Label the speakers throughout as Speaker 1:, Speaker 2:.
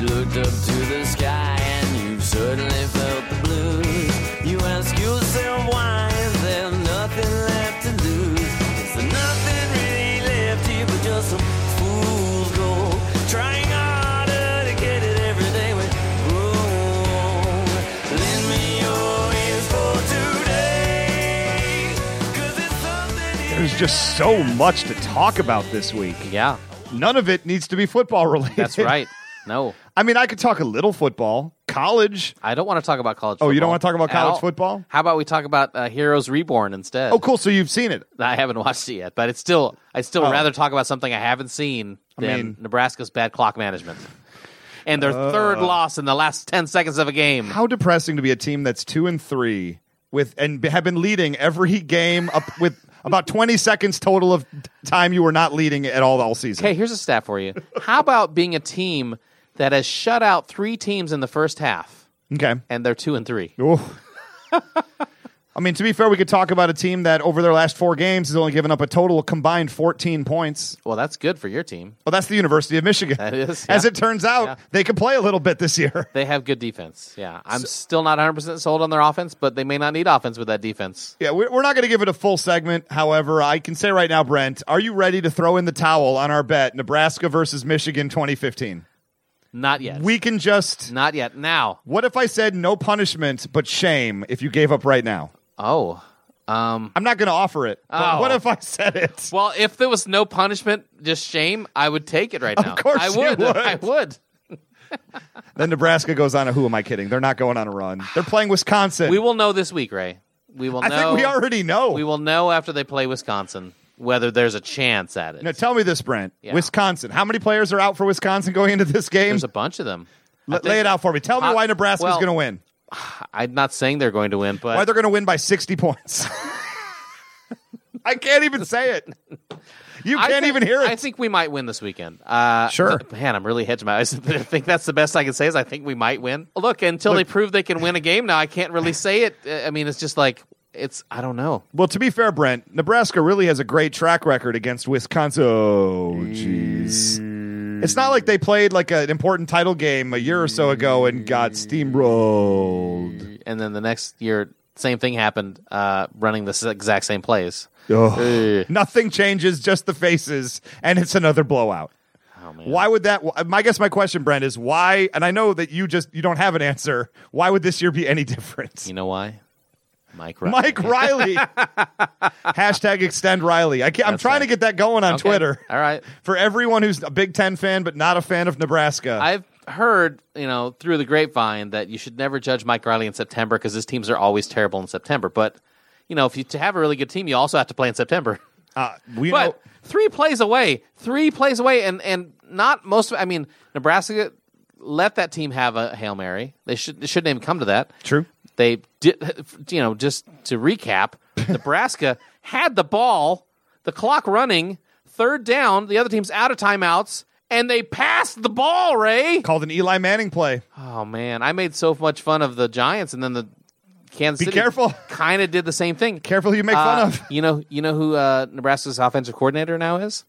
Speaker 1: looked up to the sky and you certainly felt the blues. You ask yourself why is there nothing left to lose? Is there nothing really left here but just some fool's gold? Trying harder to get it every day we grow. Lend me your ears for today. 'cause it's something you
Speaker 2: There's just so much to talk about this week.
Speaker 3: Yeah,
Speaker 2: None of it needs to be football related.
Speaker 3: that's right. No,
Speaker 2: I mean, I could talk a little football, college.
Speaker 3: I don't want to talk about college.
Speaker 2: Oh,
Speaker 3: football.
Speaker 2: you don't want to talk about college
Speaker 3: Al,
Speaker 2: football?
Speaker 3: How about we talk about uh, Heroes Reborn instead?
Speaker 2: Oh, cool. So you've seen it.
Speaker 3: I haven't watched it yet, but it's still I'd still
Speaker 2: Oh.
Speaker 3: rather talk about something I haven't seen than
Speaker 2: mean-
Speaker 3: Nebraska's bad clock management and their third loss in the last ten seconds of a game.
Speaker 2: Uh. How depressing to be a team that's two and three with and b- have been leading every game up with about 20 seconds total of time you were not leading at all all season.
Speaker 3: Okay, here's a stat for you. How about being a team that has shut out three teams in the first half
Speaker 2: Okay.
Speaker 3: and they're two and three?
Speaker 2: Ooh. I mean, to be fair, we could talk about a team that over their last four games has only given up a total of combined 14 points.
Speaker 3: Well, that's good for your team.
Speaker 2: Well, that's the University of Michigan.
Speaker 3: That is,
Speaker 2: As
Speaker 3: yeah.
Speaker 2: it turns out,
Speaker 3: Yeah.
Speaker 2: they can play a little bit this year.
Speaker 3: They have good defense. Yeah, I'm still not 100 percent sold on their offense, but they may not need offense with that defense.
Speaker 2: Yeah, we're, we're not going to give it a full segment. However, I can say right now, Brent, are you ready to throw in the towel on our bet Nebraska versus Michigan 2015?
Speaker 3: Not yet.
Speaker 2: We can just.
Speaker 3: not yet. Now.
Speaker 2: What if I said no punishment but shame if you gave up right now?
Speaker 3: Oh. Um.
Speaker 2: I'm not going to offer it. but
Speaker 3: Oh.
Speaker 2: What if I said it?
Speaker 3: Well, if there was no punishment, just shame, I would take it right now.
Speaker 2: course
Speaker 3: I
Speaker 2: you
Speaker 3: would.
Speaker 2: would.
Speaker 3: I would.
Speaker 2: Then Nebraska goes on a who am I kidding? They're not going on a run. They're playing Wisconsin.
Speaker 3: We will know this week, Ray. We will
Speaker 2: I
Speaker 3: know.
Speaker 2: think we already know.
Speaker 3: We will know after they play Wisconsin whether there's a chance at it.
Speaker 2: Now tell me this, Brent.
Speaker 3: Yeah.
Speaker 2: Wisconsin. How many players are out for Wisconsin going into this game?
Speaker 3: there's a bunch of them. I
Speaker 2: L-
Speaker 3: think-
Speaker 2: lay it out for me. Tell me
Speaker 3: Po-
Speaker 2: why Nebraska's
Speaker 3: well,
Speaker 2: going to win.
Speaker 3: I'm not saying they're going to win, but
Speaker 2: Why they're going to win by 60 points. I can't even say it. You
Speaker 3: I
Speaker 2: can't
Speaker 3: think-
Speaker 2: even hear it.
Speaker 3: I think we might win this weekend. Uh,
Speaker 2: Sure.
Speaker 3: th- man, I'm really hedging my eyes. I think that's the best I can say is I think we might win. Look, until they prove they can win a game now, I can't really say it. Uh, I mean, it's just like, it's, I don't know.
Speaker 2: well, to be fair, Brent, Nebraska really has a great track record against Wisconsin. Oh, jeez. It's not like they played like an important title game a year or so ago and got steamrolled.
Speaker 3: and then the next year same thing happened uh, running the s- exact same plays
Speaker 2: Ugh. Nothing changes, just the faces, and it's another blowout.
Speaker 3: oh man
Speaker 2: Why would that? wh- I guess my question, Brent, is why? And I know that you just you don't have an answer. Why would this year be any different?
Speaker 3: you know why mike Riley.
Speaker 2: Mike Riley. Hashtag extend Riley. I can't, I'm
Speaker 3: That's
Speaker 2: trying to
Speaker 3: right.
Speaker 2: get that going on
Speaker 3: Okay.
Speaker 2: Twitter
Speaker 3: all right
Speaker 2: for everyone who's a Big Ten fan but not a fan of Nebraska.
Speaker 3: i've heard you know through the grapevine that you should never judge mike riley in september because his teams are always terrible in september but you know if you to have a really good team you also have to play in september
Speaker 2: uh, we know,
Speaker 3: but three plays away three plays away and and not most of i mean nebraska let that team have a hail mary they should it shouldn't even come to that
Speaker 2: true.
Speaker 3: they did you know just to recap nebraska had the ball the clock running third down the other team's out of timeouts and they passed the ball ray
Speaker 2: Called an Eli Manning play.
Speaker 3: oh man i made so much fun of the giants and then the kansas
Speaker 2: Be
Speaker 3: city
Speaker 2: careful.
Speaker 3: kind of did the same thing
Speaker 2: Careful who you make fun
Speaker 3: Uh,
Speaker 2: of.
Speaker 3: you know you know who uh, nebraska's offensive coordinator now is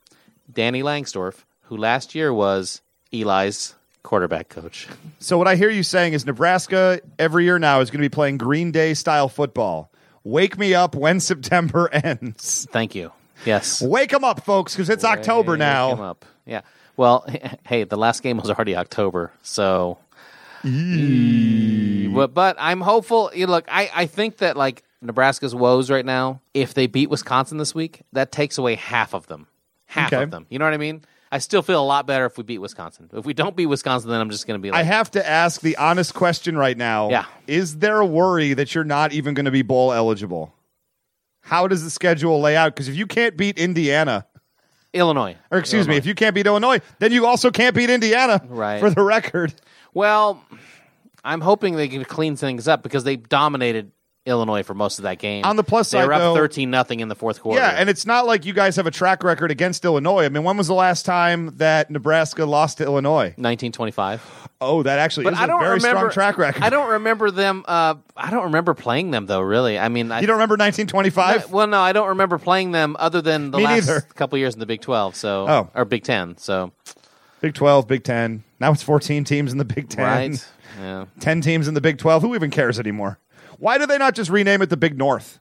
Speaker 3: danny langsdorf who last year was eli's quarterback coach
Speaker 2: So what I hear you saying is Nebraska every year now is going to be playing Green Day style football. Wake me up when September ends.
Speaker 3: thank you yes
Speaker 2: Wake them up, folks, because it's October
Speaker 3: Wake him
Speaker 2: now.
Speaker 3: up. Yeah. Well, hey, the last game was already October, so. But, but I'm hopeful. You know, look, I, I think that like Nebraska's woes right now, if they beat Wisconsin this week, that takes away half of them. Half
Speaker 2: Okay.
Speaker 3: of them. You know what I mean? I still feel a lot better if we beat Wisconsin. If we don't beat Wisconsin, then I'm just going to be
Speaker 2: I
Speaker 3: like,
Speaker 2: have to ask the honest question right now.
Speaker 3: Yeah.
Speaker 2: Is there a worry that you're not even going to be bowl eligible? How does the schedule lay out? Because if you can't beat Indiana,
Speaker 3: Illinois.
Speaker 2: or excuse me, if you can't beat Illinois, then you also can't beat Indiana.
Speaker 3: Uh-huh. Right.
Speaker 2: For the record,
Speaker 3: Well, I'm hoping they can clean things up because they dominated Illinois for most of that game.
Speaker 2: On the plus
Speaker 3: they were
Speaker 2: side,
Speaker 3: up
Speaker 2: though-
Speaker 3: 13 nothing in the fourth quarter.
Speaker 2: yeah, and it's not like you guys have a track record against Illinois. I mean, when was the last time that Nebraska lost to Illinois?
Speaker 3: 1925.
Speaker 2: Oh, that actually
Speaker 3: But
Speaker 2: is
Speaker 3: I don't
Speaker 2: a very
Speaker 3: remember
Speaker 2: strong track record.
Speaker 3: I don't remember them. Uh, I don't remember playing them though. Really, I mean, I,
Speaker 2: you don't remember 1925?
Speaker 3: well, no, I don't remember playing them other than the
Speaker 2: Me
Speaker 3: last
Speaker 2: neither.
Speaker 3: couple years in the Big Twelve, so
Speaker 2: Oh.
Speaker 3: or Big Ten. So
Speaker 2: Big 12, Big 10. Now it's 14 teams in the Big 10.
Speaker 3: Right? Yeah.
Speaker 2: 10 teams in the Big 12. Who even cares anymore? Why do they not just rename it the Big North?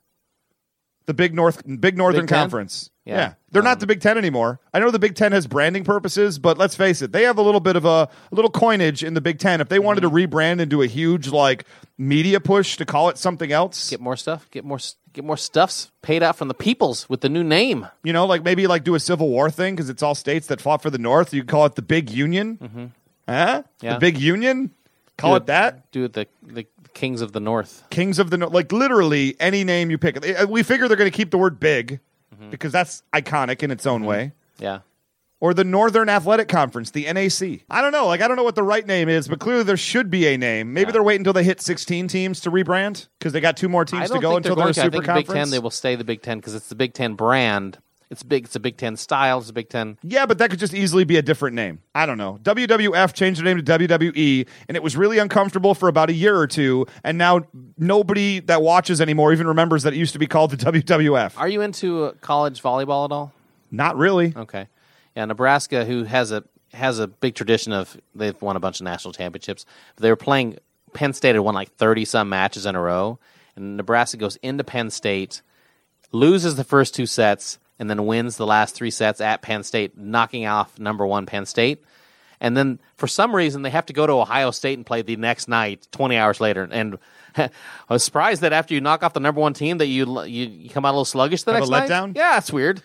Speaker 2: The Big North Big Northern
Speaker 3: Big 10?
Speaker 2: Conference. Yeah.
Speaker 3: Yeah. Um,
Speaker 2: They're not the Big 10 anymore. I know the Big 10 has branding purposes, but let's face it, they have a little bit of a, a little coinage in the Big 10 if they wanted to
Speaker 3: Mm-hmm.
Speaker 2: rebrand and do a huge like media push to call it something else.
Speaker 3: Get more stuff. Get more. s- Get more stuffs paid out from the peoples with the new name.
Speaker 2: You know, like maybe like do a Civil War thing cuz it's all states that fought for the North. You could call it the Big Union. Mhm. Huh?
Speaker 3: Mm-hmm. Yeah.
Speaker 2: The Big Union? Call
Speaker 3: Do
Speaker 2: it Oh, that?
Speaker 3: Do it the, the kings of the north.
Speaker 2: Kings of the North, like literally any name you pick. Eh, We figure they're going to keep the word big
Speaker 3: Mm-hmm.
Speaker 2: because that's iconic in its own way.
Speaker 3: Yeah.
Speaker 2: Or the Northern Athletic Conference, the NAC. I don't know. Like, I don't know what the right name is, but clearly there should be a name. Maybe
Speaker 3: Yeah.
Speaker 2: they're waiting until they hit 16 teams to rebrand because they got two more
Speaker 3: I
Speaker 2: teams
Speaker 3: don't
Speaker 2: to go
Speaker 3: think
Speaker 2: until
Speaker 3: they're
Speaker 2: they're
Speaker 3: going
Speaker 2: a
Speaker 3: to. I
Speaker 2: super
Speaker 3: think the
Speaker 2: conference.
Speaker 3: Big Ten. They will stay the Big Ten because it's the Big Ten brand. It's big. It's a Big Ten style. It's a Big Ten.
Speaker 2: Yeah, but that could just easily be a different name. I don't know. WWF changed their name to WWE, and it was really uncomfortable for about a year or two. And now nobody that watches anymore even remembers that it used to be called the WWF.
Speaker 3: Are you into uh, college volleyball at all?
Speaker 2: Not really.
Speaker 3: Okay. Yeah, Nebraska, who has a has a big tradition of they've won a bunch of national championships. They were playing Penn State had won like thirty some matches in a row, and Nebraska goes into Penn State, loses the first two sets, and then wins the last three sets at Penn State, knocking off number one Penn State. And then for some reason they have to go to Ohio State and play the next night, twenty hours later. And I was surprised that after you knock off the number one team that you you, you come out a little sluggish the
Speaker 2: Have a
Speaker 3: next night.
Speaker 2: letdown?
Speaker 3: Yeah, it's weird.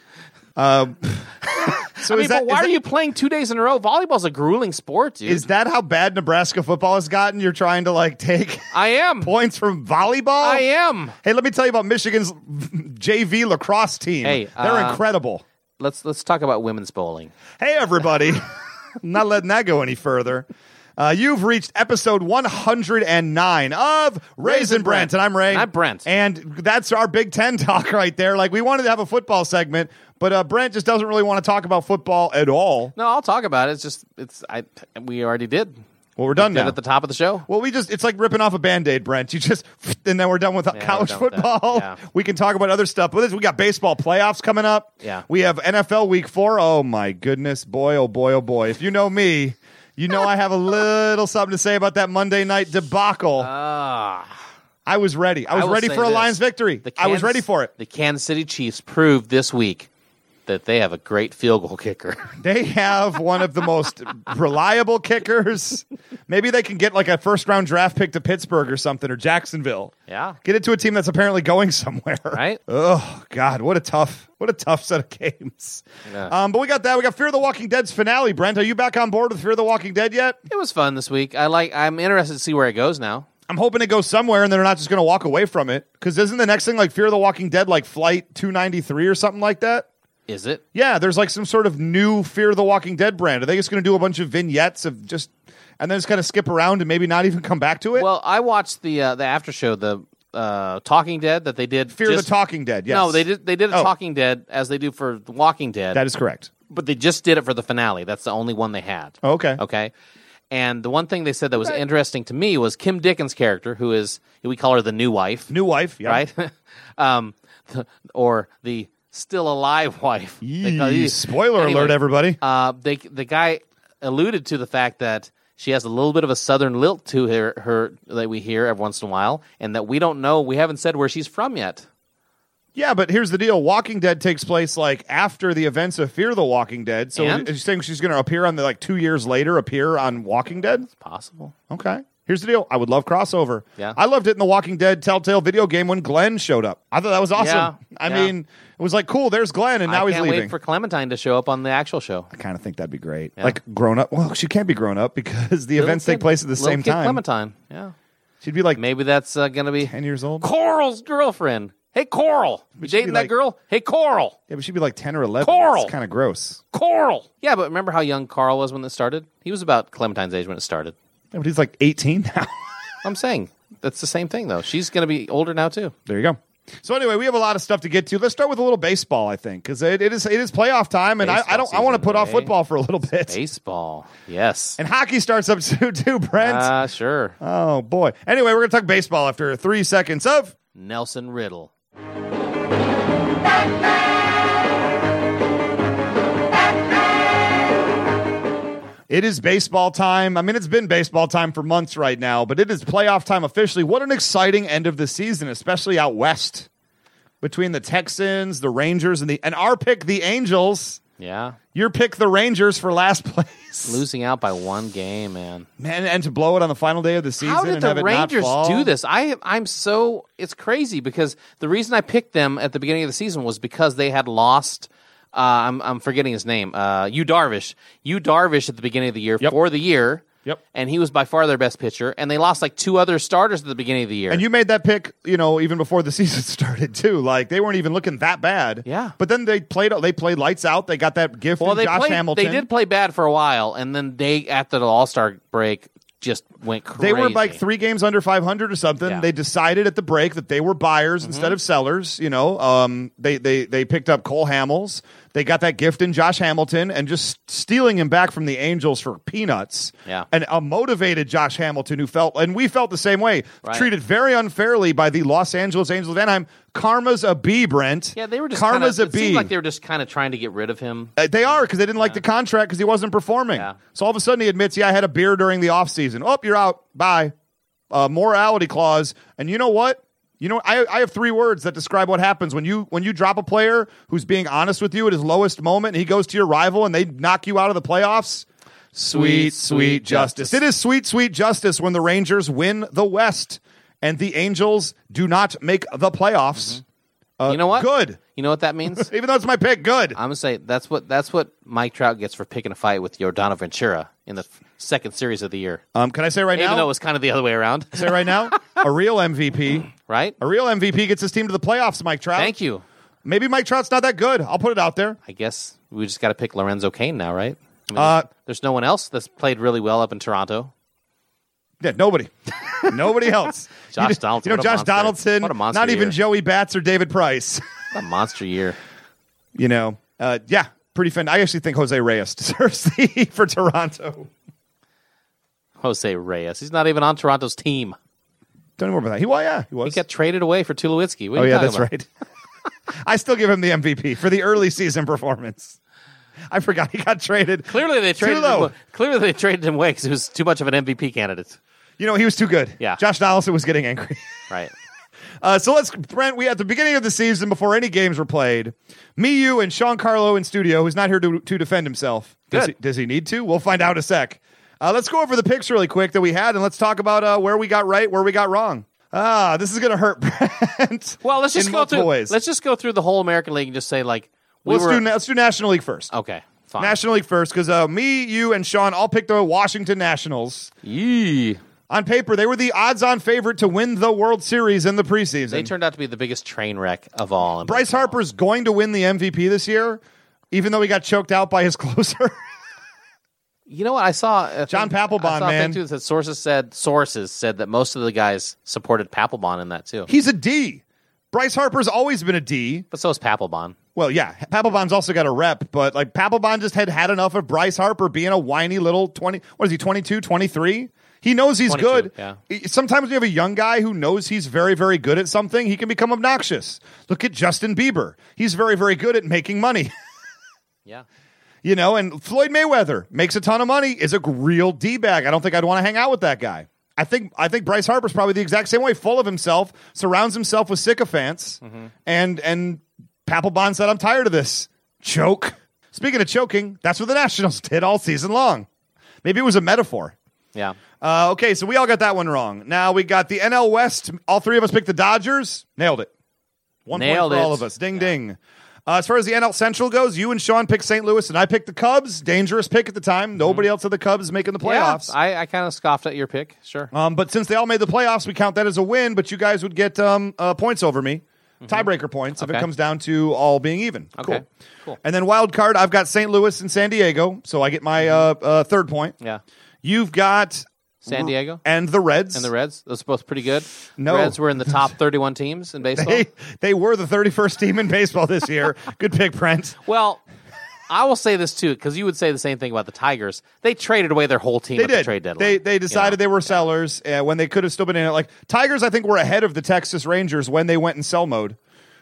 Speaker 2: So
Speaker 3: I
Speaker 2: is
Speaker 3: mean,
Speaker 2: that-
Speaker 3: but why
Speaker 2: is
Speaker 3: are
Speaker 2: that-
Speaker 3: you playing two days in a row? Volleyball's a grueling sport, dude.
Speaker 2: Is that how bad Nebraska football has gotten? You're trying to like take
Speaker 3: I am.
Speaker 2: points from volleyball?
Speaker 3: I am.
Speaker 2: Hey, let me tell you about Michigan's JV lacrosse team.
Speaker 3: Hey,
Speaker 2: they're
Speaker 3: uh,
Speaker 2: incredible.
Speaker 3: Let's let's talk about women's bowling.
Speaker 2: Hey, everybody. I'm not letting that go any further. Uh, you've reached episode 109 of Raisin
Speaker 3: Raisin
Speaker 2: Brent,
Speaker 3: Brent.
Speaker 2: and I'm Ray.
Speaker 3: And I'm Brent.
Speaker 2: And that's our Big Ten talk right there. Like, we wanted to have a football segment, but uh, Brent just doesn't really want to talk about football at all.
Speaker 3: No, I'll talk about it. It's just it's I we already did.
Speaker 2: Well, we're done
Speaker 3: Did
Speaker 2: now.
Speaker 3: at the top of the show.
Speaker 2: Well, we just, it's like ripping off a band aid, Brent. You just, and then we're done with college
Speaker 3: done with that.
Speaker 2: football.
Speaker 3: Yeah.
Speaker 2: We can talk about other stuff. But this, we got baseball playoffs coming up.
Speaker 3: Yeah.
Speaker 2: We have NFL week four. Oh, my goodness. Boy, oh, boy, oh, boy. If you know me, you know I have a little something to say about that Monday night debacle.
Speaker 3: Ah,
Speaker 2: I was ready. I was
Speaker 3: will
Speaker 2: ready
Speaker 3: say
Speaker 2: for a
Speaker 3: this.
Speaker 2: Lions victory.
Speaker 3: The
Speaker 2: I was
Speaker 3: Kansas-
Speaker 2: ready for it.
Speaker 3: The Kansas City Chiefs proved this week that they have a great field goal kicker.
Speaker 2: They have one of the most reliable kickers. Maybe they can get like a first round draft pick to Pittsburgh or something or Jacksonville.
Speaker 3: Yeah.
Speaker 2: Get it to a team that's apparently going somewhere.
Speaker 3: Right.
Speaker 2: Oh God, what a tough, what a tough set of games.
Speaker 3: Yeah.
Speaker 2: Um, but we got that. We got Fear the Walking Dead's finale. Brent, are you back on board with Fear the Walking Dead yet?
Speaker 3: it was fun this week. I like. I'm interested to see where it goes now.
Speaker 2: I'm hoping it goes somewhere and they're not just going to walk away from it. Because isn't the next thing like Fear the Walking Dead like Flight 293 or something like that?
Speaker 3: Is it?
Speaker 2: Yeah, there's like some sort of new Fear the Walking Dead brand. Are they just going to do a bunch of vignettes of just and then just kind of skip around and maybe not even come back to it?
Speaker 3: Well, I watched the uh, the after show, the uh, Talking Dead that they did.
Speaker 2: Fear
Speaker 3: just-
Speaker 2: the Talking Dead. Yes.
Speaker 3: No, they did. They did a
Speaker 2: Oh.
Speaker 3: Talking Dead as they do for The Walking Dead,
Speaker 2: That is correct.
Speaker 3: but they just did it for the finale. That's the only one they had.
Speaker 2: Okay.
Speaker 3: Okay. And the one thing they said that was interesting to me was Kim Dickens' character, who is we call her the new wife,
Speaker 2: New wife, yeah.
Speaker 3: right? um, or the still alive wife. They call-
Speaker 2: Yee, spoiler
Speaker 3: Anyway,
Speaker 2: alert, everybody.
Speaker 3: Uh, they the guy alluded to the fact that she has a little bit of a southern lilt to her, her that we hear every once in a while, and that we don't know. We haven't said where she's from yet.
Speaker 2: Yeah, but here's the deal: Walking Dead takes place like after the events of Fear the Walking Dead. So
Speaker 3: And?
Speaker 2: is you saying she's going to appear on the like two years later appear on Walking Dead?
Speaker 3: Possible.
Speaker 2: Okay. Here's the deal: I would love crossover.
Speaker 3: Yeah.
Speaker 2: I loved it in the Walking Dead Telltale video game when Glenn showed up. I thought that was awesome.
Speaker 3: Yeah,
Speaker 2: I
Speaker 3: yeah.
Speaker 2: mean, it was like cool. There's Glenn, and now
Speaker 3: I
Speaker 2: he's
Speaker 3: can't
Speaker 2: leaving.
Speaker 3: wait for Clementine to show up on the actual show.
Speaker 2: I kind of think that'd be great. Like grown up. Well, she can't be grown up because the events take
Speaker 3: Little kid-
Speaker 2: place at the
Speaker 3: little
Speaker 2: same
Speaker 3: kid
Speaker 2: time.
Speaker 3: Clementine. Yeah.
Speaker 2: She'd be like
Speaker 3: Maybe that's uh, going to be
Speaker 2: ten years old.
Speaker 3: Coral's girlfriend. Hey, Coral.
Speaker 2: she'd
Speaker 3: You
Speaker 2: be
Speaker 3: dating
Speaker 2: like-
Speaker 3: that girl? Hey, Coral.
Speaker 2: Yeah, but she'd be like ten or eleven.
Speaker 3: Coral!
Speaker 2: It's kind of gross.
Speaker 3: Coral. Yeah, but remember how young Carl was when it started? He was about Clementine's age when it started.
Speaker 2: Yeah, but he's like eighteen now.
Speaker 3: I'm saying that's the same thing, though. She's going to be older now, too.
Speaker 2: There you go. So anyway, we have a lot of stuff to get to. Let's start with a little baseball, I think, because it, it is it is playoff time, and I, I
Speaker 3: Baseball
Speaker 2: don't I want to
Speaker 3: season,
Speaker 2: put off
Speaker 3: eh?
Speaker 2: football for a little bit.
Speaker 3: Baseball. Yes.
Speaker 2: And hockey starts up soon too, Brent.
Speaker 3: Ah, sure.
Speaker 2: oh boy. Anyway, we're gonna talk baseball after three seconds of
Speaker 3: Nelson Riddle.
Speaker 2: It is baseball time. I mean, it's been baseball time for months right now, but it is playoff time officially. What an exciting end of the season, especially out west between the Texans, the Rangers, and the and our pick, the Angels.
Speaker 3: Yeah.
Speaker 2: Your pick, the Rangers, for last place.
Speaker 3: Losing out by one game, man.
Speaker 2: Man, and to blow it on the final day of the season
Speaker 3: How did
Speaker 2: and
Speaker 3: the
Speaker 2: have it not
Speaker 3: Rangers
Speaker 2: fall.
Speaker 3: do this? I I'm so it's crazy because the reason I picked them at the beginning of the season was because they had lost. Uh, I'm I'm forgetting his name. Uh, Yu Darvish. Yu Darvish at the beginning of the year
Speaker 2: Yep.
Speaker 3: for the year.
Speaker 2: Yep.
Speaker 3: And he was by far their best pitcher, and they lost like two other starters at the beginning of the year.
Speaker 2: And you made that pick, you know, even before the season started too. Like they weren't even looking that bad.
Speaker 3: Yeah.
Speaker 2: But then they played. They played lights out. They got that gift
Speaker 3: well,
Speaker 2: from
Speaker 3: they
Speaker 2: Josh
Speaker 3: played,
Speaker 2: Hamilton.
Speaker 3: They did play bad for a while, and then they after the All Star break just went crazy.
Speaker 2: They were like three games under 500 or something.
Speaker 3: Yeah. Mm-hmm.
Speaker 2: They decided at the break that they were buyers instead of sellers. You know, um, they they they picked up Cole Hamels. They got that gift in Josh Hamilton and just stealing him back from the Angels for peanuts.
Speaker 3: Yeah.
Speaker 2: and a motivated Josh Hamilton who felt and we felt the same way,
Speaker 3: Right.
Speaker 2: treated very unfairly by the Los Angeles Angels of Anaheim. Karma's a bee, Brent.
Speaker 3: Yeah, they were just
Speaker 2: karma's
Speaker 3: kinda,
Speaker 2: a
Speaker 3: It
Speaker 2: bee.
Speaker 3: seemed like they were just kind of trying to get rid of him.
Speaker 2: Uh, They are because they didn't like the contract because he wasn't performing.
Speaker 3: Yeah.
Speaker 2: So all of a sudden he admits, yeah, I had a beer during the offseason. Oh, you're out. Bye. Uh, morality clause. And you know what? You know, I, I have three words that describe what happens when you when you drop a player who's being honest with you at his lowest moment. And he goes to your rival and they knock you out of the playoffs. Sweet, sweet justice. It is sweet, sweet justice when the Rangers win the West and the Angels do not make the playoffs.
Speaker 3: you know what?
Speaker 2: Uh, Good.
Speaker 3: You know what that means?
Speaker 2: Even though it's my pick, good.
Speaker 3: I'm gonna say that's what that's what Mike Trout gets for picking a fight with Jordano Ventura in the f- second series of the year.
Speaker 2: Um, can I say right
Speaker 3: Even
Speaker 2: now?
Speaker 3: though it was kind of the other way around,
Speaker 2: say right now, a real MVP,
Speaker 3: right?
Speaker 2: a real MVP gets his team to the playoffs. Mike Trout.
Speaker 3: Thank you.
Speaker 2: Maybe Mike Trout's not that good. I'll put it out there.
Speaker 3: I guess we just got to pick Lorenzo Kane now, right? I mean,
Speaker 2: Uh,
Speaker 3: there's, there's no one else that's played really well up in Toronto.
Speaker 2: Yeah, nobody, nobody else.
Speaker 3: Josh
Speaker 2: you, know-
Speaker 3: Donaldson,
Speaker 2: You know,
Speaker 3: what a
Speaker 2: Josh
Speaker 3: monster.
Speaker 2: Donaldson.
Speaker 3: What a monster
Speaker 2: not even
Speaker 3: year.
Speaker 2: Joey Bats or David Price.
Speaker 3: What a monster year.
Speaker 2: you know. Uh, yeah, pretty fin. I actually think Jose Reyes deserves the heat for Toronto.
Speaker 3: Jose Reyes. He's not even on Toronto's team.
Speaker 2: Don't worry about that. He, well, yeah, he was.
Speaker 3: He got traded away for Tulowitzki. What are
Speaker 2: oh
Speaker 3: you
Speaker 2: yeah,
Speaker 3: talking
Speaker 2: that's
Speaker 3: about?
Speaker 2: right. I still give him the MVP for the early season performance. I forgot he got traded.
Speaker 3: Clearly they traded
Speaker 2: Tulo.
Speaker 3: him. Clearly they traded him away because he was too much of an MVP candidate.
Speaker 2: You know, he was too good.
Speaker 3: Yeah.
Speaker 2: Josh Donaldson was getting angry.
Speaker 3: Right.
Speaker 2: Uh, so let's, Brent, we at the beginning of the season, before any games were played, me, you, and Sean Carlo in studio, who's not here to, to defend himself. Does
Speaker 3: Good.
Speaker 2: he, does he need to? We'll find out in a sec. Uh, let's go over the picks really quick that we had, and let's talk about uh, where we got right, where we got wrong. Ah, this is going to hurt, Brent.
Speaker 3: Well, let's just
Speaker 2: in
Speaker 3: go
Speaker 2: multiple
Speaker 3: through.
Speaker 2: Ways.
Speaker 3: Let's just go through the whole American League and just say like we
Speaker 2: let's,
Speaker 3: were. Oh,
Speaker 2: do, na- let's do National League first.
Speaker 3: okay, fine.
Speaker 2: National League first, because uh, me, you, and Sean all picked the Washington Nationals.
Speaker 3: Yee.
Speaker 2: On paper, they were the odds-on favorite to win the World Series in the preseason.
Speaker 3: They turned out to be the biggest train wreck of all. in
Speaker 2: Bryce
Speaker 3: baseball.
Speaker 2: Harper's going to win the MVP this year, even though he got choked out by his closer.
Speaker 3: You know what I saw? a
Speaker 2: John
Speaker 3: thing-
Speaker 2: Papelbon,
Speaker 3: I saw a thing,
Speaker 2: man.
Speaker 3: too, that sources said sources said that most of the guys supported Papelbon in that too.
Speaker 2: He's a D. Bryce Harper's always been a D.
Speaker 3: but so is Papelbon.
Speaker 2: Well, yeah, Papelbon's also got a rep, but like Papelbon just had had enough of Bryce Harper being a whiny little 20. What is he, 22, 23? He knows he's
Speaker 3: 22,
Speaker 2: good.
Speaker 3: yeah.
Speaker 2: I- Sometimes we have a young guy who knows he's very, very good at something. He can become obnoxious. Look at Justin Bieber. He's very, very good at making money.
Speaker 3: Yeah.
Speaker 2: You know, and Floyd Mayweather makes a ton of money, is a g- real D bag. I don't think I'd want to hang out with that guy. I think I think Bryce Harper's probably the exact same way, full of himself, surrounds himself with sycophants, and and Papelbon said, I'm tired of this. Choke. Speaking of choking, that's what the Nationals did all season long. Maybe it was a metaphor.
Speaker 3: Yeah.
Speaker 2: Uh, okay, so we all got that one wrong. Now we got the NL West. All three of us picked the Dodgers. Nailed it. One
Speaker 3: Nailed
Speaker 2: point for all
Speaker 3: it.
Speaker 2: of us. Ding ding. Uh, as far as the NL Central goes, you and Sean picked St. Louis, and I picked the Cubs. Dangerous pick at the time. Nobody else had the Cubs making the playoffs.
Speaker 3: Mm-hmm. Yeah, I, I kind of scoffed at your pick. Sure.
Speaker 2: um, but since they all made the playoffs, we count that as a win. But you guys would get um, uh, points over me, tiebreaker points, if it
Speaker 3: Mm-hmm. Okay.
Speaker 2: comes down to all being even.
Speaker 3: Okay. Cool.
Speaker 2: And then wild card, I've got St. Louis and San Diego, so I get my uh, uh, third point.
Speaker 3: Mm-hmm. yeah.
Speaker 2: You've got
Speaker 3: San Diego
Speaker 2: and the Reds
Speaker 3: and the Reds. Those are both pretty good.
Speaker 2: No.
Speaker 3: Reds were in the top 31 teams in baseball.
Speaker 2: they, they were the 31st team in baseball this year. Good pick, Brent.
Speaker 3: Well, I will say this too, because you would say the same thing about the Tigers. They traded away their whole team
Speaker 2: They
Speaker 3: at the
Speaker 2: did.
Speaker 3: trade deadline.
Speaker 2: they they decided they were sellers uh, when they could have still been in it. Like Tigers, I think were ahead of the Texas Rangers when they went in sell mode.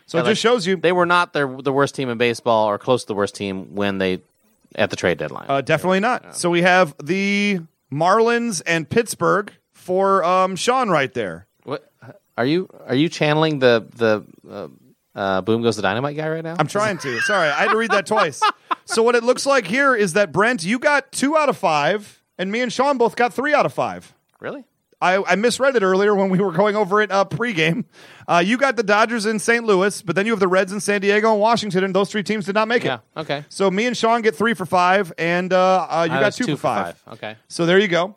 Speaker 2: So it
Speaker 3: like,
Speaker 2: just shows you
Speaker 3: they were not their the worst team in baseball or close to the worst team when they at the trade deadline.
Speaker 2: Uh, definitely not. So we have the Marlins and Pittsburgh for um, Sean right there.
Speaker 3: what are you are you channeling the the uh, uh, boom goes the dynamite guy right now?
Speaker 2: I'm trying to. Sorry, I had to read that twice. So what it looks like here is that Brent, you got two out of five, and me and Sean both got three out of five.
Speaker 3: really?
Speaker 2: I, I misread it earlier when we were going over it uh, pregame. Uh, you got the Dodgers in St. Louis, but then you have the Reds in San Diego and Washington, and those three teams did not make
Speaker 3: Yeah.
Speaker 2: it.
Speaker 3: Okay.
Speaker 2: So me and Sean get three for five, and uh, uh, you
Speaker 3: Uh,
Speaker 2: got
Speaker 3: it's
Speaker 2: two, for five.
Speaker 3: Okay.
Speaker 2: So there you go.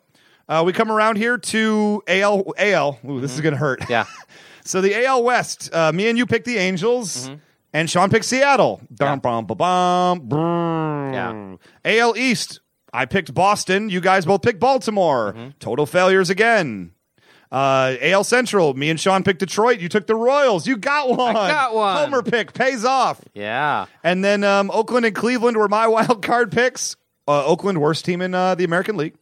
Speaker 2: Uh, we come around here to AL. AL. Ooh, this is gonna hurt.
Speaker 3: Yeah.
Speaker 2: So the AL West. Uh, me and you pick the Angels, and Sean picks Seattle. Dum bum ba bum. brrr.
Speaker 3: Yeah.
Speaker 2: AL East. I picked Boston. You guys both picked Baltimore.
Speaker 3: Mm-hmm.
Speaker 2: Total failures again. Uh, AL Central. Me and Sean picked Detroit. You took the Royals. You got one.
Speaker 3: got one.
Speaker 2: Homer pick pays off.
Speaker 3: Yeah.
Speaker 2: And then um, Oakland and Cleveland were my wild card picks. Uh, Oakland, worst team in uh, the American League.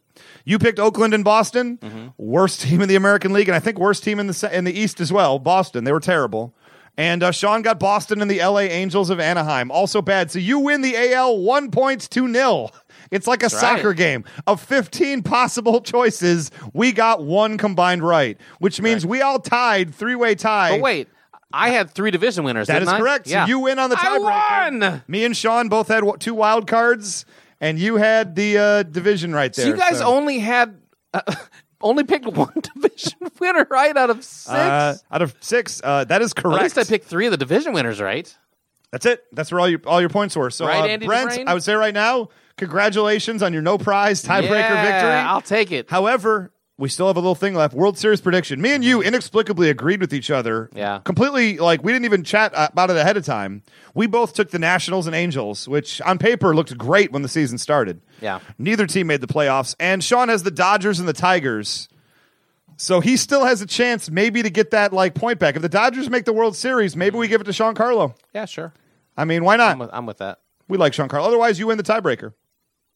Speaker 2: You picked Oakland and Boston,
Speaker 3: Mm-hmm.
Speaker 2: worst team in the American League, and I think worst team in the se- in the East as well. Boston, they were terrible. And uh, Sean got Boston and the LA Angels of Anaheim, also bad. So you win the AL one point to nil. It's like a
Speaker 3: right.
Speaker 2: soccer game of 15 possible choices. We got one combined right, which means we all tied three way tie.
Speaker 3: But wait, I had three division winners.
Speaker 2: That is
Speaker 3: didn't I?
Speaker 2: correct.
Speaker 3: Yeah.
Speaker 2: So you win on the
Speaker 3: I
Speaker 2: tiebreaker.
Speaker 3: won!
Speaker 2: Me and Sean both had wa- two wild cards, and you had the uh, division right there.
Speaker 3: So you guys
Speaker 2: so-
Speaker 3: only had uh, only picked one division winner right out of six.
Speaker 2: Uh, out of six. Uh, that is correct.
Speaker 3: At least I picked three of the division winners right.
Speaker 2: That's it. That's where all your all your points were. So,
Speaker 3: Right,
Speaker 2: uh,
Speaker 3: Andy
Speaker 2: Brent,
Speaker 3: Dufresne?
Speaker 2: I would say right now, congratulations on your no prize tiebreaker
Speaker 3: yeah,
Speaker 2: victory.
Speaker 3: I'll take it.
Speaker 2: However, we still have a little thing left. World Series prediction. Me and you inexplicably agreed with each other.
Speaker 3: Mm-hmm. Yeah.
Speaker 2: Completely, like, we didn't even chat uh, about it ahead of time. We both took the Nationals and Angels, which on paper looked great when the season started.
Speaker 3: Yeah.
Speaker 2: Neither team made the playoffs. And Sean has the Dodgers and the Tigers. So he still has a chance maybe to get that, like, point back. If the Dodgers make the World Series, maybe we give it to Sean Carlo.
Speaker 3: Yeah, sure.
Speaker 2: I mean, why
Speaker 3: I'm
Speaker 2: not?
Speaker 3: with, I'm with that.
Speaker 2: We like Sean Carlo. Otherwise, you win the tiebreaker.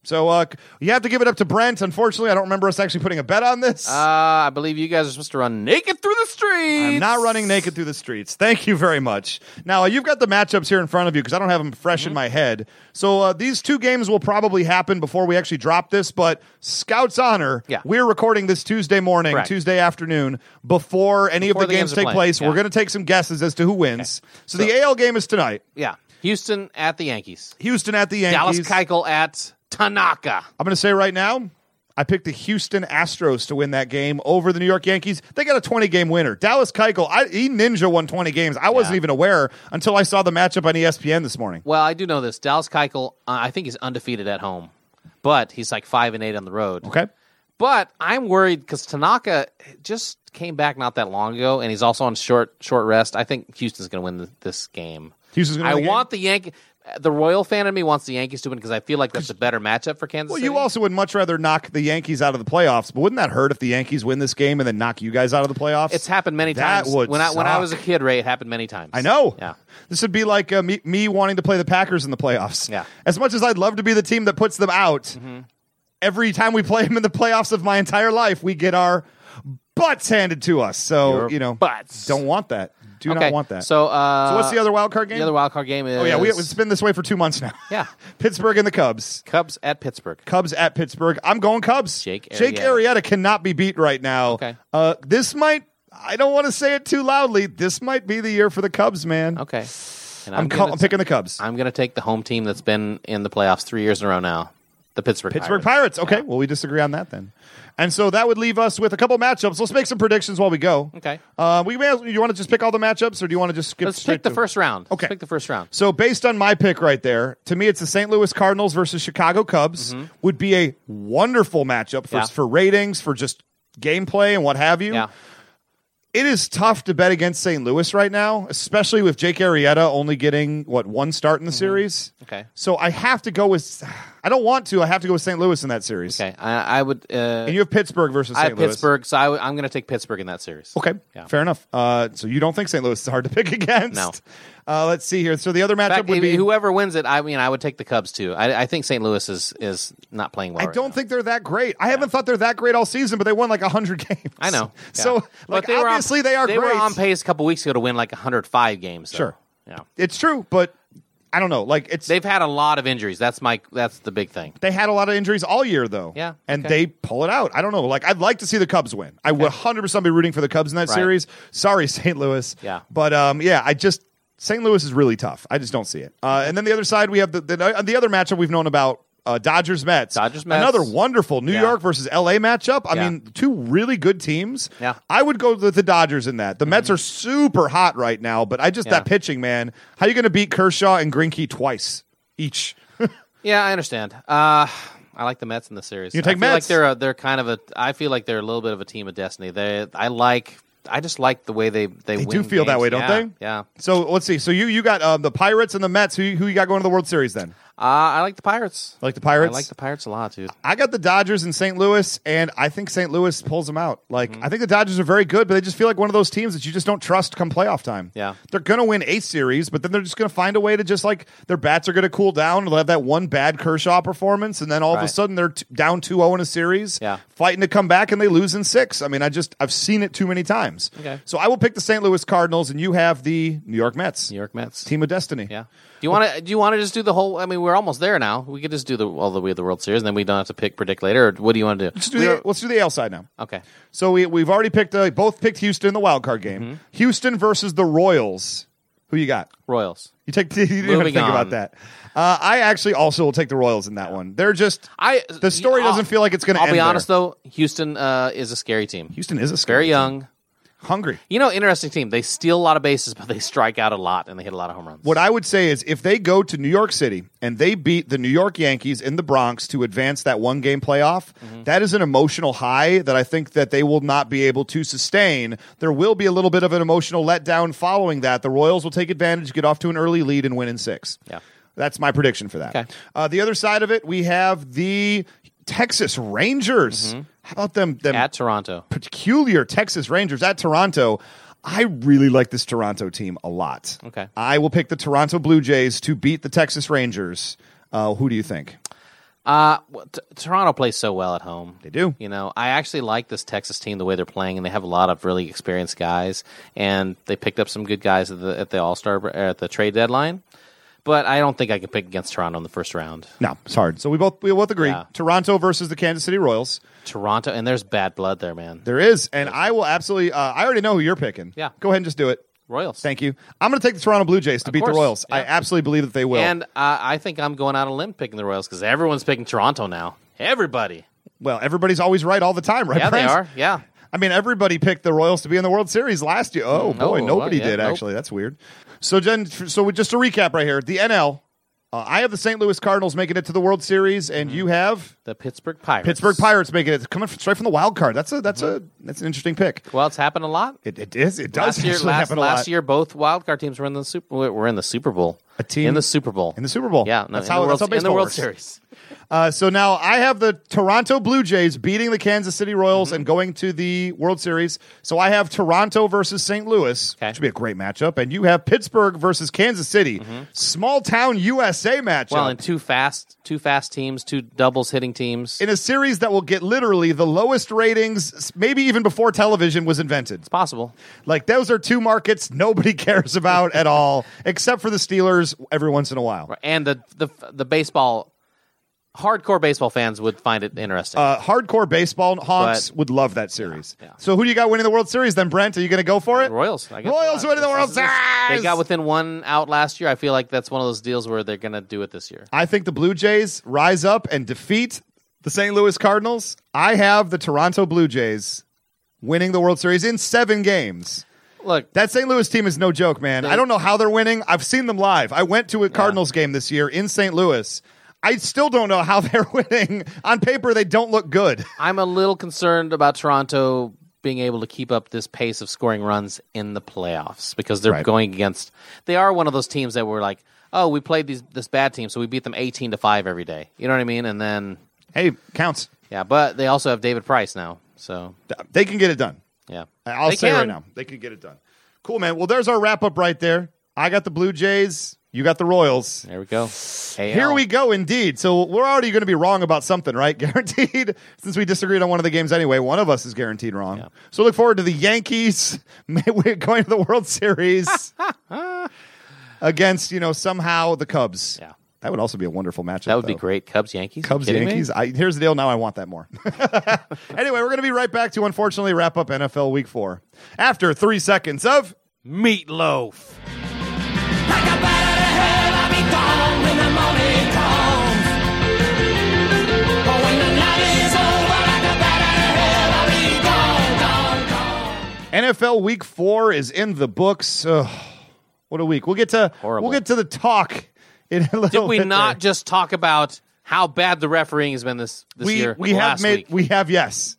Speaker 2: So uh, c- you have to give it up to Brent. Unfortunately, I don't remember us actually putting a bet on this.
Speaker 3: Uh, I believe you guys are supposed to run naked through the streets.
Speaker 2: I'm not running naked through the streets. Thank you very much. Now, uh, you've got the matchups here in front of you because I don't have them fresh
Speaker 3: Mm-hmm.
Speaker 2: in my head. So, uh, these two games will probably happen before we actually drop this, but Scouts Honor,
Speaker 3: Yeah.
Speaker 2: we're recording this Tuesday morning,
Speaker 3: Correct.
Speaker 2: Tuesday afternoon, before any
Speaker 3: Before
Speaker 2: of the, games,
Speaker 3: are
Speaker 2: take
Speaker 3: played,
Speaker 2: place.
Speaker 3: yeah.
Speaker 2: We're going to take some guesses as to who wins. So, the AL game is tonight
Speaker 3: Yeah, Houston at the Yankees.
Speaker 2: Houston at the Yankees.
Speaker 3: Dallas Keuchel at Tanaka.
Speaker 2: I'm going to say right now. I picked the Houston Astros to win that game over the New York Yankees. They got a 20 game winner. Dallas Keuchel, I, he ninja won 20 games. I wasn't
Speaker 3: Yeah.
Speaker 2: even aware until I saw the matchup on E ESPN this morning.
Speaker 3: Well, I do know this. Dallas Keuchel, uh, I think he's undefeated at home, but he's like five and eight on the road.
Speaker 2: Okay.
Speaker 3: But I'm worried because Tanaka just came back not that long ago, and he's also on short short rest. I think Houston's going to win th- this game.
Speaker 2: Houston's going to
Speaker 3: I
Speaker 2: win the
Speaker 3: want the Yankee. The Royal fan in me wants the Yankees to win because I feel like that's a better matchup for Kansas.
Speaker 2: Well,
Speaker 3: City.
Speaker 2: you also would much rather knock the Yankees out of the playoffs, but wouldn't that hurt if the Yankees win this game and then knock you guys out of the playoffs?
Speaker 3: It's happened many
Speaker 2: That
Speaker 3: times.
Speaker 2: would
Speaker 3: when I when I
Speaker 2: suck.
Speaker 3: was a kid, Ray, it happened many times.
Speaker 2: I know.
Speaker 3: Yeah.
Speaker 2: This would be like uh, me, me wanting to play the Packers in the playoffs.
Speaker 3: Yeah. Mm-hmm.
Speaker 2: As much as I'd love to be the team that puts them out, every time we play them in the playoffs of my entire life, we get our butts handed to us. So,
Speaker 3: Your
Speaker 2: you know,
Speaker 3: butts.
Speaker 2: don't want that. Do
Speaker 3: okay.
Speaker 2: not want that.
Speaker 3: So, uh,
Speaker 2: So what's the other wild card game?
Speaker 3: The other wild card game is
Speaker 2: oh, yeah. We, it's been this way for two months now.
Speaker 3: yeah
Speaker 2: Pittsburgh and the Cubs.
Speaker 3: Cubs at Pittsburgh.
Speaker 2: Cubs at Pittsburgh. I'm going Cubs.
Speaker 3: Jake
Speaker 2: Jake
Speaker 3: Arrieta.
Speaker 2: Arrieta cannot be beat right now.
Speaker 3: Okay.
Speaker 2: Uh, this might. I don't want to say it too loudly. This might be the year for the Cubs, man.
Speaker 3: Okay, and
Speaker 2: I'm, call-
Speaker 3: gonna-
Speaker 2: I'm picking the Cubs.
Speaker 3: I'm going to take the home team that's been in the playoffs three years in a row now, the Pittsburgh
Speaker 2: Pittsburgh
Speaker 3: Pirates.
Speaker 2: Pirates. Okay. Well, we disagree on that then. And so that would leave us with a couple matchups. Let's make some predictions while we go.
Speaker 3: Okay.
Speaker 2: Uh, we may. As- you want to just pick all the matchups, or do you want to just skip?
Speaker 3: Let's
Speaker 2: straight
Speaker 3: pick the
Speaker 2: to-
Speaker 3: first round. Let's
Speaker 2: Okay.
Speaker 3: pick the first round.
Speaker 2: So based on my pick right there, to me it's the St. Louis Cardinals versus Chicago Cubs would be a wonderful matchup for
Speaker 3: Mm-hmm. Yeah.
Speaker 2: for ratings, for just gameplay and what have you.
Speaker 3: Yeah,
Speaker 2: it is tough to bet against St. Louis right now, especially with Jake Arrieta only getting what one start in the series.
Speaker 3: Mm-hmm. Okay.
Speaker 2: so I have to go with. I don't want to. I have to go with St. Louis in that series.
Speaker 3: okay. I, I would. Uh,
Speaker 2: And you have Pittsburgh versus
Speaker 3: I
Speaker 2: St.
Speaker 3: have
Speaker 2: Louis.
Speaker 3: Pittsburgh, so I w- I'm going to take Pittsburgh in that series.
Speaker 2: Okay,
Speaker 3: Yeah.
Speaker 2: fair enough. Uh, so you don't think St. Louis is hard to pick against?
Speaker 3: No.
Speaker 2: Uh, let's see here. So the other matchup
Speaker 3: In fact,
Speaker 2: would
Speaker 3: if-
Speaker 2: be.
Speaker 3: whoever wins it. I mean, I would take the Cubs too. I, I think St. Louis is is not playing well.
Speaker 2: I don't think they're that great. I haven't thought they're that great all season, but they won like hundred games.
Speaker 3: I know. Yeah.
Speaker 2: So like
Speaker 3: But were on-
Speaker 2: obviously they are
Speaker 3: They
Speaker 2: great.
Speaker 3: were on pace a couple weeks ago to win like 105 games. though.
Speaker 2: Sure.
Speaker 3: Yeah.
Speaker 2: It's true, but I don't know. Like it's they
Speaker 3: They've had a lot of injuries. That's my that's the big thing.
Speaker 2: had a lot of injuries all year though.
Speaker 3: Yeah,
Speaker 2: and
Speaker 3: okay.
Speaker 2: they pull it out. I don't know. Like I'd like to see the Cubs win. I would 100 percent be rooting for the Cubs in that
Speaker 3: Right.
Speaker 2: series. Sorry, St. Louis.
Speaker 3: Yeah.
Speaker 2: but um, yeah, I just. St. Louis is really tough. I just don't see it. Uh, and then the other side, we have the the, uh, the other matchup we've known about uh, Dodgers Mets.
Speaker 3: Dodgers, Mets.
Speaker 2: Another wonderful New
Speaker 3: Yeah.
Speaker 2: York versus LA matchup. I
Speaker 3: Yeah.
Speaker 2: mean, two really good teams.
Speaker 3: Yeah. Mm-hmm.
Speaker 2: I would go with the Dodgers in that. The Mets are super hot right now, but I just
Speaker 3: Yeah.
Speaker 2: that pitching, man. How you going to beat Kershaw and Grinky twice each?
Speaker 3: Yeah, I understand. Uh, I like the Mets in the series.
Speaker 2: You take
Speaker 3: I feel
Speaker 2: Mets.
Speaker 3: Like they're a, they're kind of a. I feel like they're a little bit of a team of destiny. They I like. I just like the way they
Speaker 2: They
Speaker 3: they, win
Speaker 2: do feel that
Speaker 3: games.
Speaker 2: way, don't
Speaker 3: Yeah,
Speaker 2: they?
Speaker 3: Yeah.
Speaker 2: So let's see. So you you got um, the Pirates and the Mets. Who who you got going to the World Series then?
Speaker 3: Uh, I like the Pirates.
Speaker 2: Like the Pirates.
Speaker 3: I like the Pirates a lot, dude.
Speaker 2: I got the Dodgers in St. Louis, and I think St. Louis pulls them out. Like
Speaker 3: Mm-hmm.
Speaker 2: I think the Dodgers are very good, but they just feel like one of those teams that you just don't trust come playoff time.
Speaker 3: Yeah.
Speaker 2: they're gonna win eight series, but then they're just gonna find a way to just like their bats are gonna cool down. and They'll have that one bad Kershaw performance, and then all of a
Speaker 3: Right.
Speaker 2: sudden they're t- down 2-0 in a series,
Speaker 3: Yeah.
Speaker 2: fighting to come back, and they lose in six. I mean, I just I've seen it too many times.
Speaker 3: Okay.
Speaker 2: so I will pick the St. Louis Cardinals, and you have the New York Mets,
Speaker 3: New York Mets.
Speaker 2: team of destiny.
Speaker 3: Yeah. Do you want to? Do you want to just do the whole? I mean, we're almost there now. We could just do the all the way of the World Series, and then we don't have to pick predict later. Or what do you want to do?
Speaker 2: Let's do the, let's do the AL side now.
Speaker 3: Okay.
Speaker 2: So we we've already picked uh, both picked Houston in the wild card game.
Speaker 3: Mm-hmm.
Speaker 2: Houston versus the Royals. Who you got?
Speaker 3: Royals.
Speaker 2: You take you didn't even
Speaker 3: Moving
Speaker 2: think about
Speaker 3: on.
Speaker 2: that. Uh, I actually also will take the Royals in that one. They're just
Speaker 3: I
Speaker 2: the story
Speaker 3: I'll-
Speaker 2: doesn't feel like it's going to.
Speaker 3: I'll be honest though, Houston uh, is a scary team.
Speaker 2: Houston is a scary
Speaker 3: Very
Speaker 2: team.
Speaker 3: young.
Speaker 2: hungry.
Speaker 3: You know, interesting team. They steal a lot of bases, but they strike out a lot and they hit a lot of home runs.
Speaker 2: What I would say is if they go to New York City and they beat the New York Yankees in the Bronx to advance that one game playoff,
Speaker 3: Mm-hmm.
Speaker 2: that is an emotional high that I think that they will not be able to sustain. There will be a little bit of an emotional letdown following that. The Royals will take advantage, get off to an early lead, and win in six.
Speaker 3: Yeah.
Speaker 2: That's my prediction for that.
Speaker 3: Okay.
Speaker 2: Uh, the other side of it, we have the Texas Rangers. How about them? them
Speaker 3: Mm-hmm. at Toronto?
Speaker 2: peculiar Texas Rangers at Toronto. I really like this Toronto team a lot.
Speaker 3: Okay.
Speaker 2: I will pick the Toronto Blue Jays to beat the Texas Rangers. Uh, who do you think?
Speaker 3: Uh, well, t- Toronto plays so well at home. They
Speaker 2: do.
Speaker 3: You know, I actually like this Texas team the way they're playing, and they have a lot of really experienced guys, and they picked up some good guys at the at the All Star at the trade deadline. But I don't think I could pick against Toronto in the first round.
Speaker 2: No, it's hard. So we both we both agree.
Speaker 3: Yeah.
Speaker 2: Toronto versus the Kansas City Royals.
Speaker 3: Toronto, and there's bad blood there, man.
Speaker 2: There is, and I will absolutely. Uh, I already know who you're picking.
Speaker 3: Yeah.
Speaker 2: go ahead and just do it.
Speaker 3: Royals.
Speaker 2: Thank you. I'm going to take the Toronto Blue Jays to beat
Speaker 3: course.
Speaker 2: the Royals. I
Speaker 3: Yeah.
Speaker 2: absolutely believe that they will.
Speaker 3: And uh, I think I'm going out on a limb picking the Royals because everyone's picking Toronto now. Everybody.
Speaker 2: well, everybody's always right all the time, right?
Speaker 3: Yeah, they
Speaker 2: Brent?
Speaker 3: are. Yeah.
Speaker 2: I mean, everybody picked the Royals to be in the World Series last year. Oh boy,
Speaker 3: well,
Speaker 2: nobody
Speaker 3: Mm, yeah,
Speaker 2: did
Speaker 3: nope.
Speaker 2: actually. That's weird. So, Jen, so we- just to recap right here, the NL, uh, I have the St. Louis Cardinals making it to the World Series, and you
Speaker 3: Mm-hmm.
Speaker 2: have
Speaker 3: The Pittsburgh Pirates.
Speaker 2: Pittsburgh Pirates making it, coming f- straight from the wild card. That's a that's a that's an interesting pick.
Speaker 3: Well, it's happened a lot.
Speaker 2: It, it is. It does
Speaker 3: Mm-hmm. last year,
Speaker 2: actually
Speaker 3: last,
Speaker 2: happen a
Speaker 3: last
Speaker 2: lot.
Speaker 3: year, both wildcard teams were in the Super. Were in the Super Bowl.
Speaker 2: A team-
Speaker 3: in the Super Bowl.
Speaker 2: in the Super Bowl.
Speaker 3: yeah, no,
Speaker 2: that's
Speaker 3: in
Speaker 2: how
Speaker 3: the World,
Speaker 2: that's how
Speaker 3: in the
Speaker 2: baseball
Speaker 3: World
Speaker 2: works.
Speaker 3: Series.
Speaker 2: Uh, so now I have the Toronto Blue Jays beating the Kansas City Royals
Speaker 3: Mm-hmm.
Speaker 2: and going to the World Series. So I have Toronto versus St. Louis,
Speaker 3: Okay.
Speaker 2: which would be a great matchup, and you have Pittsburgh versus Kansas City, small town USA matchup
Speaker 3: Mm-hmm. Well, and two fast, two fast teams, two doubles hitting teams.
Speaker 2: in a series that will get literally the lowest ratings, maybe even before television was invented.
Speaker 3: Possible.
Speaker 2: Like those are two markets nobody cares about at all, except for the Steelers every once in a while.
Speaker 3: And the the the baseball, hardcore baseball fans would find it interesting.
Speaker 2: Uh, hardcore baseball honks
Speaker 3: But-
Speaker 2: would love that series.
Speaker 3: yeah.
Speaker 2: So who do you got winning the World Series then, Brent? Are you going to go for it?
Speaker 3: Royals. I guess.
Speaker 2: Royals winning the World Series.
Speaker 3: They got within one out last year. I feel like that's one of those deals where they're going to do it this year.
Speaker 2: I think the Blue Jays rise up and defeat the St. Louis Cardinals. I have the Toronto Blue Jays winning the World Series in seven games.
Speaker 3: Look,
Speaker 2: That St. Louis team is no joke, man. I don't know how they're winning. I've seen them live. I went to a Cardinals game this year in St. Louis. I still don't know how they're winning. On paper, they don't look good.
Speaker 3: I'm a little concerned about Toronto being able to keep up this pace of scoring runs in the playoffs because they're
Speaker 2: Right.
Speaker 3: going against they are one of those teams that were like, "Oh, we played these this bad team, so we beat them 18 to 5 every day." You know what I mean? And then
Speaker 2: Hey, counts.
Speaker 3: yeah, but they also have David Price now. So,
Speaker 2: They can get it done.
Speaker 3: yeah.
Speaker 2: I'll
Speaker 3: They
Speaker 2: say right
Speaker 3: can.
Speaker 2: now, they can get it done. Cool, man. Well, there's our wrap up right there. I got the Blue Jays. You got the Royals.
Speaker 3: There we go.
Speaker 2: Here
Speaker 3: AL.
Speaker 2: we go, indeed. So we're already going to be wrong about something, right? Guaranteed. Since we disagreed on one of the games anyway, one of us is guaranteed wrong. So look forward to the Yankees going to the World Series. against you know somehow the Cubs.
Speaker 3: Yeah.
Speaker 2: that would also be a wonderful matchup.
Speaker 3: That would be
Speaker 2: though.
Speaker 3: great. Cubs Yankees. You
Speaker 2: Cubs
Speaker 3: kidding me?
Speaker 2: Yankees. I, here's the deal. Now I want that more. anyway, we're going to be right back to unfortunately wrap up NFL Week Four after three seconds of.
Speaker 3: Meatloaf.
Speaker 1: Like a bat out of hell, I'll be gone when the morning comes. But when the night is over, like a bat out of hell, I'll be gone, gone, gone.
Speaker 2: NFL Week Four is in the books. Ugh, what a week! We'll get to
Speaker 3: Horrible.
Speaker 2: we'll get to the talk in a little.
Speaker 3: Did we
Speaker 2: bit
Speaker 3: not
Speaker 2: there.
Speaker 3: just talk about how bad the refereeing has been this this
Speaker 2: We
Speaker 3: year?
Speaker 2: we have
Speaker 3: last
Speaker 2: made
Speaker 3: week,
Speaker 2: we have yes.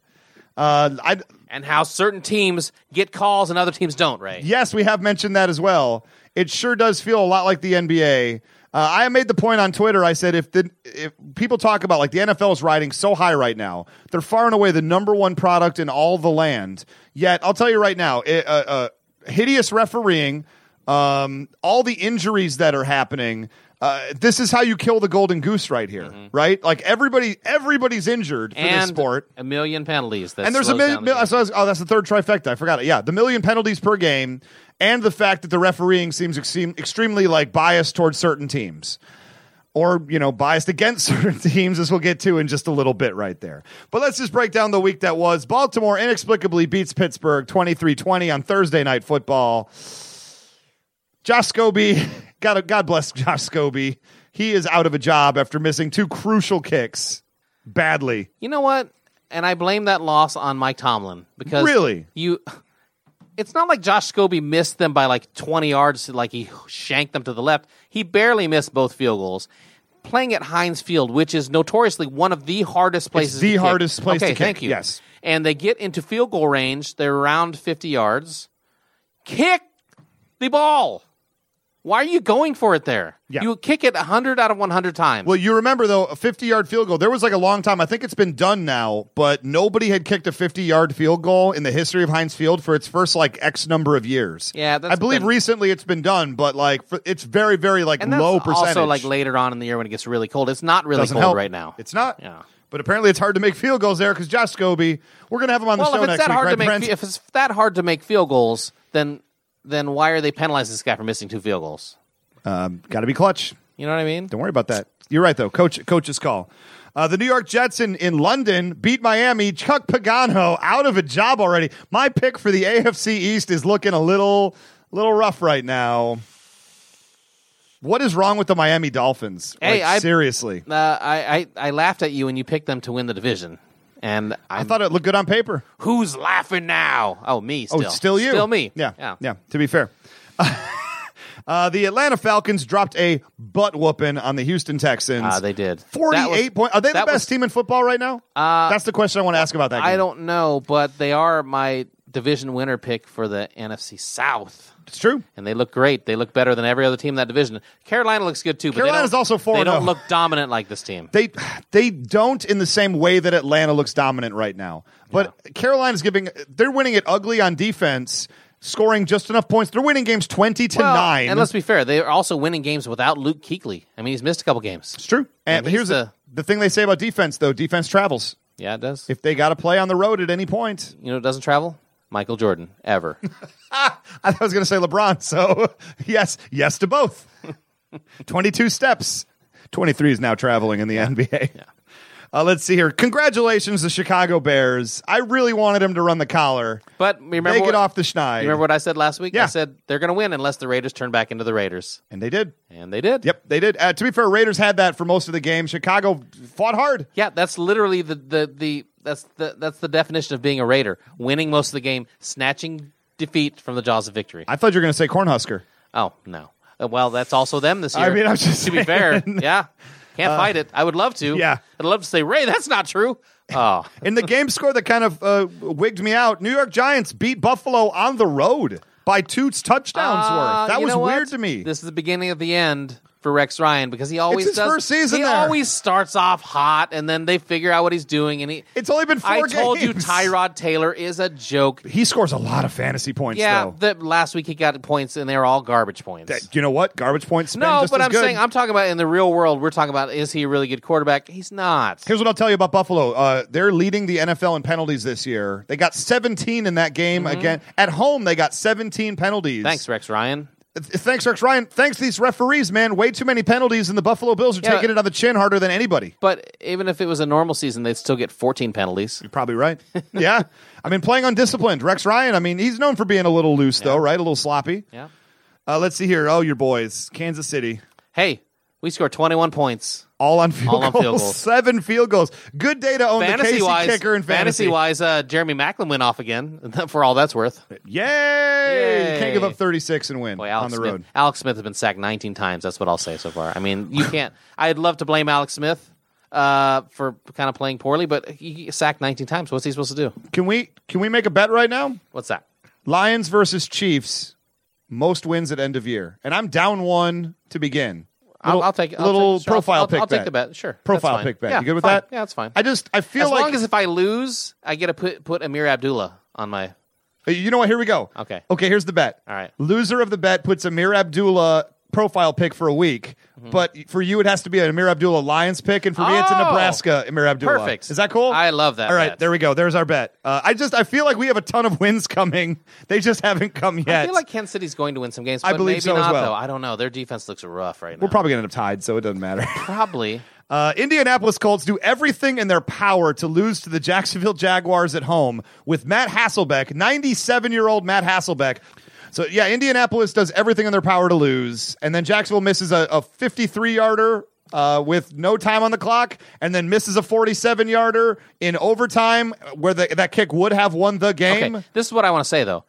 Speaker 2: Uh, I
Speaker 3: and how certain teams get calls and other teams don't. Ray.
Speaker 2: yes, we have mentioned that as well. It sure does feel a lot like the NBA. Uh, I made the point on Twitter. I said if the if people talk about like the NFL is riding so high right now, they're far and away the number one product in all the land. Yet I'll tell you right now, it, uh, uh, hideous refereeing, um, all the injuries that are happening. Uh, this is how you kill the golden goose right here, right? Like everybody, everybody's injured for
Speaker 3: Mm-hmm. and
Speaker 2: this sport
Speaker 3: a million penalties. That
Speaker 2: and there's a
Speaker 3: slows
Speaker 2: million.
Speaker 3: down the game.
Speaker 2: so that's- oh, that's the third trifecta. I forgot it. Yeah, the million penalties per game, and the fact that the refereeing seems extreme, extremely like biased towards certain teams, or you know biased against certain teams, as we'll get to in just a little bit right there. But let's just break down the week that was. Baltimore inexplicably beats Pittsburgh 23-20 on Thursday Night Football. Josh Scobie, God, God bless Josh Scobie. He is out of a job after missing two crucial kicks badly.
Speaker 3: You know what? And I blame that loss on Mike Tomlin because
Speaker 2: Really?
Speaker 3: you. It's not like Josh Scobie missed them by like 20 yards, like he shanked them to the left. He barely missed both field goals. Playing at Heinz Field, which is notoriously one of the hardest places,
Speaker 2: the
Speaker 3: to kick.
Speaker 2: hardest place
Speaker 3: Okay,
Speaker 2: to kick,
Speaker 3: Thank you.
Speaker 2: yes.
Speaker 3: and they get into field goal range. They're around 50 yards. Kick the ball. Why are you going for it there?
Speaker 2: Yeah.
Speaker 3: You kick it 100 out of 100 times.
Speaker 2: Well, you remember though, a 50 yard field goal. There was like a long time. I think it's been done now, but nobody had kicked a 50 yard field goal in the history of Heinz Field for its first like X number of years.
Speaker 3: Yeah, that's
Speaker 2: I believe
Speaker 3: been-
Speaker 2: recently it's been done, but like for, it's very, very like
Speaker 3: and that's
Speaker 2: low percentage.
Speaker 3: also like later on in the year when it gets really cold. It's not really
Speaker 2: Doesn't
Speaker 3: cold
Speaker 2: help.
Speaker 3: right now.
Speaker 2: It's not.
Speaker 3: Yeah.
Speaker 2: But apparently it's hard to make field goals there because Josh Scobie. We're gonna have him on the
Speaker 3: well,
Speaker 2: show
Speaker 3: if
Speaker 2: next
Speaker 3: it's that
Speaker 2: week,
Speaker 3: hard
Speaker 2: right,
Speaker 3: to make,
Speaker 2: Brent?
Speaker 3: fe- if it's that hard to make field goals, then then why are they penalizing this guy for missing two field goals?
Speaker 2: um, Got to be clutch.
Speaker 3: You know what I mean?
Speaker 2: Don't worry about that. You're right though. Coach, coach's call. Uh, the New York Jets in, in London beat Miami. Chuck Pagano out of a job already. My pick for the AFC East is looking a little little rough right now. What is wrong with the Miami Dolphins?
Speaker 3: Hey,
Speaker 2: Like,
Speaker 3: I-
Speaker 2: seriously,
Speaker 3: Uh, I, I I laughed at you when you picked them to win the division, and i
Speaker 2: I thought it looked good on paper.
Speaker 3: who's laughing now? Oh, me. Still.
Speaker 2: Oh, it's still you.
Speaker 3: Still me.
Speaker 2: Yeah.
Speaker 3: Yeah.
Speaker 2: Yeah. to be fair. uh, the Atlanta Falcons dropped a butt whooping on the Houston Texans.
Speaker 3: Ah, they did. That was-
Speaker 2: Forty-eight points. Are they the
Speaker 3: that
Speaker 2: best
Speaker 3: was-
Speaker 2: team in football right now? Uh, That's the question I want to ask about that.
Speaker 3: I
Speaker 2: game.
Speaker 3: don't know, but they are my division winner pick for the NFC South.
Speaker 2: It's true.
Speaker 3: and they look great. They look better than every other team in that division. Carolina looks good too. But
Speaker 2: Carolina's
Speaker 3: they don't,
Speaker 2: also oh. 4-0.
Speaker 3: They don't look dominant like this team.
Speaker 2: they they don't in the same way that Atlanta looks dominant right now. But Carolina's giving they're winning it ugly on defense, scoring just enough points. They're winning games twenty to
Speaker 3: Well,
Speaker 2: nine.
Speaker 3: And let's be fair, they are also winning games without Luke Kuechly. I mean, he's missed a couple games.
Speaker 2: it's true. And
Speaker 3: he's
Speaker 2: here's the, the
Speaker 3: the-
Speaker 2: thing they say about defense though: defense travels.
Speaker 3: Yeah, it does.
Speaker 2: If they got to play on the road at any point,
Speaker 3: you know, it doesn't travel. Michael Jordan ever.
Speaker 2: I was going to say LeBron. So yes, yes to both. Twenty-two steps. Twenty-three is now traveling in the NBA. Uh, let's see here. Congratulations, the Chicago Bears. I really wanted them to run the collar.
Speaker 3: But remember,
Speaker 2: Take
Speaker 3: what,
Speaker 2: it off the schneid.
Speaker 3: you remember what I said last week?
Speaker 2: Yeah.
Speaker 3: I said they're going to win unless the Raiders turn back into the Raiders,
Speaker 2: And they did.
Speaker 3: and they did.
Speaker 2: Yep, they did. Uh, to be fair, Raiders had that for most of the game. Chicago fought hard.
Speaker 3: Yeah, that's literally the the the that's the that's the definition of being a Raider: winning most of the game, snatching defeat from the jaws of victory.
Speaker 2: I thought you were going to say Cornhusker.
Speaker 3: Oh no. Uh, Well, that's also them this year.
Speaker 2: I mean, I'm just
Speaker 3: to be fair.
Speaker 2: saying. Uh,
Speaker 3: Yeah, can't fight it. I would love to.
Speaker 2: yeah.
Speaker 3: I'd love to say Ray. That's not true. Oh,
Speaker 2: In the game score that kind of uh, wigged me out, New York Giants beat Buffalo on the road by two touchdowns
Speaker 3: Uh,
Speaker 2: worth. That
Speaker 3: you
Speaker 2: was
Speaker 3: know what?
Speaker 2: weird to me.
Speaker 3: This is the beginning of the end for Rex Ryan because he always
Speaker 2: his
Speaker 3: does.
Speaker 2: first season
Speaker 3: He
Speaker 2: there.
Speaker 3: always starts off hot, and then they figure out what he's doing. And he.
Speaker 2: it's only been four
Speaker 3: I
Speaker 2: games.
Speaker 3: told you, Tyrod Taylor is a joke.
Speaker 2: He scores a lot of fantasy points,
Speaker 3: Yeah,
Speaker 2: though.
Speaker 3: that last week he got points, and they were all garbage points.
Speaker 2: That- you know what? Garbage points. spin
Speaker 3: no,
Speaker 2: just
Speaker 3: but
Speaker 2: as
Speaker 3: I'm
Speaker 2: good.
Speaker 3: saying I'm talking about in the real world. We're talking about is he a really good quarterback? He's not.
Speaker 2: Here's what I'll tell you about Buffalo. Uh, they're leading the NFL in penalties this year. They got 17 in that game again. At home, they got 17 penalties.
Speaker 3: Mm-hmm. Thanks, Rex Ryan.
Speaker 2: Th- Thanks, Rex Ryan. Thanks, these referees, man. Way too many penalties, and the Buffalo Bills are
Speaker 3: Yeah.
Speaker 2: taking it on the chin harder than anybody.
Speaker 3: But even if it was a normal season, they'd still get 14 penalties.
Speaker 2: You're probably right. yeah. I mean, playing undisciplined. Rex Ryan, I mean, he's known for being a little loose, though, right? A little sloppy.
Speaker 3: Yeah.
Speaker 2: Uh, let's see here. Oh, your boys, Kansas City.
Speaker 3: Hey, we scored 21 points.
Speaker 2: All on field,
Speaker 3: All on
Speaker 2: goals.
Speaker 3: field goals.
Speaker 2: Seven field goals. Good day to own the
Speaker 3: Fantasy
Speaker 2: Casey
Speaker 3: wise,
Speaker 2: kicker in fantasy.
Speaker 3: wise, uh, Jeremy Macklin went off again for all that's worth.
Speaker 2: Yay! You
Speaker 3: Yay.
Speaker 2: can't give up 36 and win
Speaker 3: Boy, Alex
Speaker 2: on the
Speaker 3: Smith,
Speaker 2: road.
Speaker 3: Alex Smith has been sacked 19 times. That's what I'll say so far. I mean, you can't. I'd love to blame Alex Smith uh, for kind of playing poorly, but he sacked 19 times. What's he supposed to do?
Speaker 2: Can we can we make a bet right now?
Speaker 3: What's that?
Speaker 2: Lions versus Chiefs, most wins at end of year, and I'm down one to begin.
Speaker 3: I'll,
Speaker 2: Little-
Speaker 3: I'll take I'll
Speaker 2: little
Speaker 3: take- sure, I'll-
Speaker 2: profile
Speaker 3: I'll,
Speaker 2: pick.
Speaker 3: I'll
Speaker 2: bet.
Speaker 3: take the bet. Sure, that's
Speaker 2: Profile
Speaker 3: fine.
Speaker 2: pick bet.
Speaker 3: Yeah,
Speaker 2: you good with
Speaker 3: fine.
Speaker 2: that?
Speaker 3: Yeah, that's fine.
Speaker 2: I just I feel
Speaker 3: as
Speaker 2: like
Speaker 3: long as if I lose, I get to put put Amir Abdullah on my.
Speaker 2: you know what. Here we go.
Speaker 3: Okay.
Speaker 2: Okay. Here's the bet.
Speaker 3: All right.
Speaker 2: Loser of the bet puts Amir Abdullah profile pick for a week, but for you it has to be an Amir Abdullah Lions pick, and for me it's a
Speaker 3: Mm-hmm. Oh!
Speaker 2: Nebraska Amir Abdullah.
Speaker 3: Perfect.
Speaker 2: Is that cool?
Speaker 3: I love that
Speaker 2: All right.
Speaker 3: bet.
Speaker 2: There we go. There's our bet. Uh, I just I feel like we have a ton of wins coming. They just haven't come yet.
Speaker 3: I feel like Kansas City's going to win some games.
Speaker 2: I
Speaker 3: But
Speaker 2: believe
Speaker 3: maybe
Speaker 2: so as
Speaker 3: not,
Speaker 2: well.
Speaker 3: Though I don't know. Their defense looks rough right now.
Speaker 2: we're probably gonna end up tied, so it doesn't matter.
Speaker 3: probably.
Speaker 2: Uh, Indianapolis Colts do everything in their power to lose to the Jacksonville Jaguars at home with Matt Hasselbeck, 97 year old Matt Hasselbeck. So, yeah, Indianapolis does everything in their power to lose. And then Jacksonville misses a 53 yarder uh, with no time on the clock and then misses a 47 yarder in overtime where the, that kick would have won the game.
Speaker 3: Okay, this is what I want to say though.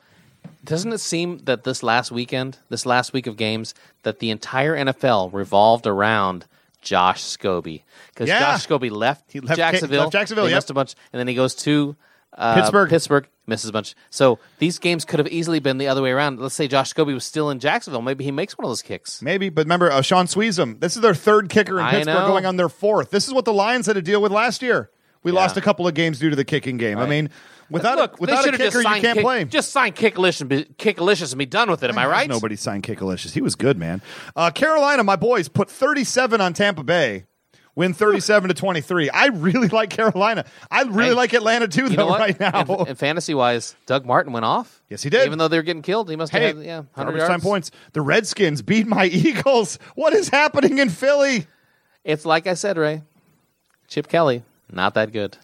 Speaker 3: Doesn't it seem that this last weekend, this last week of games, that the entire NFL revolved around Josh Scobie because
Speaker 2: Yeah.
Speaker 3: Josh Scobie left,
Speaker 2: He left-
Speaker 3: Jacksonville,
Speaker 2: left Jacksonville,
Speaker 3: they
Speaker 2: yep.
Speaker 3: missed a bunch, and then he goes to uh,
Speaker 2: Pittsburgh.
Speaker 3: Pittsburgh misses a bunch. So these games could have easily been the other way around. Let's say Josh Scobie was still in Jacksonville, maybe he makes one of those kicks.
Speaker 2: Maybe, but remember, uh, Sean Sweezum, this is their third kicker in
Speaker 3: I
Speaker 2: Pittsburgh
Speaker 3: know.
Speaker 2: going on their fourth. This is what the Lions had to deal with last year. We lost a couple of games due to the kicking game. I mean, without,
Speaker 3: Look,
Speaker 2: a, without
Speaker 3: they
Speaker 2: a
Speaker 3: should have just
Speaker 2: kicker, you
Speaker 3: signed
Speaker 2: can't
Speaker 3: kick,
Speaker 2: play.
Speaker 3: Just sign Kickalicious, and be- Kickalicious and be done with it. Am I right?
Speaker 2: Nobody signed Kickalicious. He was good, man. Uh, Carolina, my boys, put 37 on Tampa Bay. Win 37 to 23. I really like Carolina. I really
Speaker 3: Hey,
Speaker 2: like Atlanta too,
Speaker 3: You know
Speaker 2: though,
Speaker 3: what?
Speaker 2: right now.
Speaker 3: And, fantasy wise, Doug Martin went off.
Speaker 2: Yes, he did.
Speaker 3: Even though they were getting killed, he must
Speaker 2: hey,
Speaker 3: have had, yeah, 100
Speaker 2: garbage
Speaker 3: yards.
Speaker 2: time points. The Redskins beat my Eagles. What is happening in Philly?
Speaker 3: It's like I said, Ray. Chip Kelly, not that good.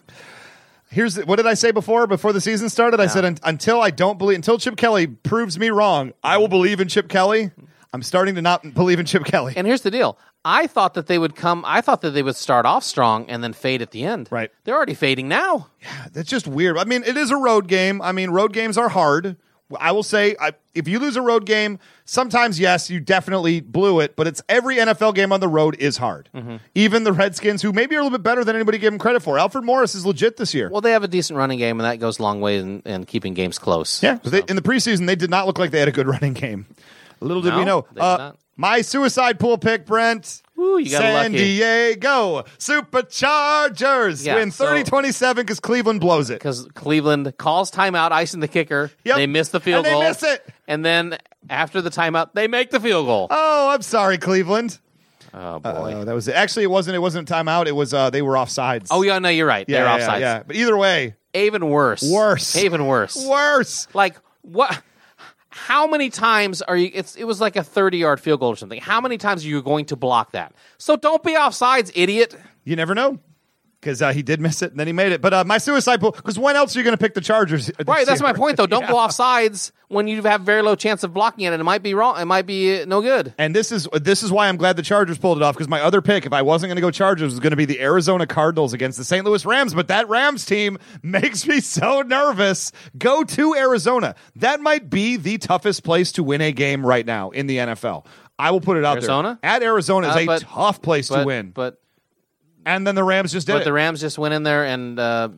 Speaker 2: here's the, what did I say before before the season started? I said "Un- until I don't believe until Chip Kelly proves me wrong, I will believe in Chip Kelly. I'm starting to not believe in Chip Kelly.
Speaker 3: And here's the deal. I thought that they would come. I thought that they would start off strong and then fade at the end.
Speaker 2: Right.
Speaker 3: They're already fading now.
Speaker 2: That's just weird. I mean, it is a road game. I mean, road games are hard. I will say, I, if you lose a road game, sometimes yes, you definitely blew it. But it's every NFL game on the road is hard. Even the Redskins, who maybe are a little bit better than anybody gave them credit for. Alfred Morris is legit this year.
Speaker 3: Well, they have a decent running game, and that goes a long way in, in keeping games close.
Speaker 2: Yeah, but they, in the preseason, they did not look like they had a good running game. Little did we
Speaker 3: No,
Speaker 2: know. Uh,
Speaker 3: they did not.
Speaker 2: my suicide pool pick, Brent.
Speaker 3: Ooh, you got
Speaker 2: San
Speaker 3: lucky.
Speaker 2: Diego Superchargers
Speaker 3: Yeah,
Speaker 2: win
Speaker 3: so-
Speaker 2: 30 27 because Cleveland blows it.
Speaker 3: Because Cleveland calls timeout, icing the kicker.
Speaker 2: Yep.
Speaker 3: They miss the field
Speaker 2: And they
Speaker 3: goal.
Speaker 2: miss it.
Speaker 3: And then after the timeout, they make the field goal.
Speaker 2: Oh, I'm sorry, Cleveland.
Speaker 3: Oh, boy.
Speaker 2: Oh, that was it. Actually, it wasn't. It wasn't a timeout. It was. Uh, they were offsides.
Speaker 3: oh, yeah, no, you're right.
Speaker 2: yeah,
Speaker 3: They're
Speaker 2: yeah,
Speaker 3: offsides.
Speaker 2: Yeah, but either way,
Speaker 3: Even worse.
Speaker 2: Worse.
Speaker 3: Even worse.
Speaker 2: worse.
Speaker 3: Like what? How many times are you? It's it was like a thirty-yard field goal or something. How many times are you going to block that? So don't be offsides, idiot.
Speaker 2: You never know. Because uh, he did miss it, and then he made it. But uh, my suicide pool. Because when else are you going to pick the Chargers? Uh, this
Speaker 3: Right, that's my
Speaker 2: year?
Speaker 3: point though. Don't go
Speaker 2: Yeah.
Speaker 3: offsides when you have very low chance of blocking it, and it might be wrong. It might be uh, no good.
Speaker 2: And this is this is why I'm glad the Chargers pulled it off because my other pick, if I wasn't going to go Chargers, was going to be the Arizona Cardinals against the St. Louis Rams. But that Rams team makes me so nervous. Go to Arizona. That might be the toughest place to win a game right now in the NFL. I will put it out
Speaker 3: Arizona?
Speaker 2: there. At Arizona is
Speaker 3: Uh,
Speaker 2: a
Speaker 3: but-
Speaker 2: tough place
Speaker 3: But,
Speaker 2: to win.
Speaker 3: but
Speaker 2: and then the Rams just did
Speaker 3: but
Speaker 2: it.
Speaker 3: the Rams just went in there and uh,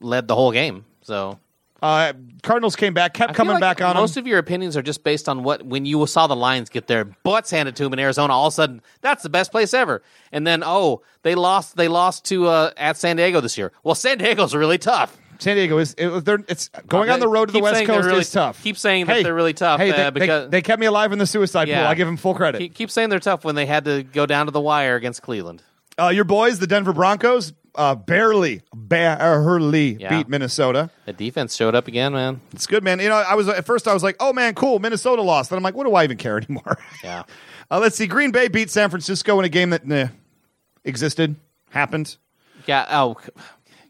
Speaker 3: led the whole game. So
Speaker 2: uh, Cardinals came back, kept
Speaker 3: I feel
Speaker 2: coming
Speaker 3: like
Speaker 2: back on them.
Speaker 3: Most of your opinions are just based on what when you saw the Lions get their butts handed to them in Arizona. All of a sudden, that's the best place ever. And then, oh, they lost. They lost to uh, at San Diego this year. Well, San Diego's really tough.
Speaker 2: San Diego is it, they're, it's going on the road to the
Speaker 3: Uh, Keep
Speaker 2: West
Speaker 3: saying they're
Speaker 2: Coast
Speaker 3: really-
Speaker 2: is tough.
Speaker 3: keep saying that they're really tough,
Speaker 2: Hey,
Speaker 3: uh,
Speaker 2: they, they-
Speaker 3: because-
Speaker 2: they kept me alive in the suicide pool.
Speaker 3: Yeah.
Speaker 2: I give them full credit.
Speaker 3: Keep, keep saying they're tough when they had to go down to the wire against Cleveland.
Speaker 2: Uh, your boys, the Denver Broncos, uh, barely, barely
Speaker 3: Yeah.
Speaker 2: beat Minnesota.
Speaker 3: The defense showed up again, man.
Speaker 2: It's good, man. You know, I was at first I was like, oh man, cool, Minnesota lost. Then I'm like, what do I even care anymore?
Speaker 3: Yeah.
Speaker 2: uh, let's see, Green Bay beat San Francisco in a game that nah, existed, happened.
Speaker 3: Yeah. Oh, Ka-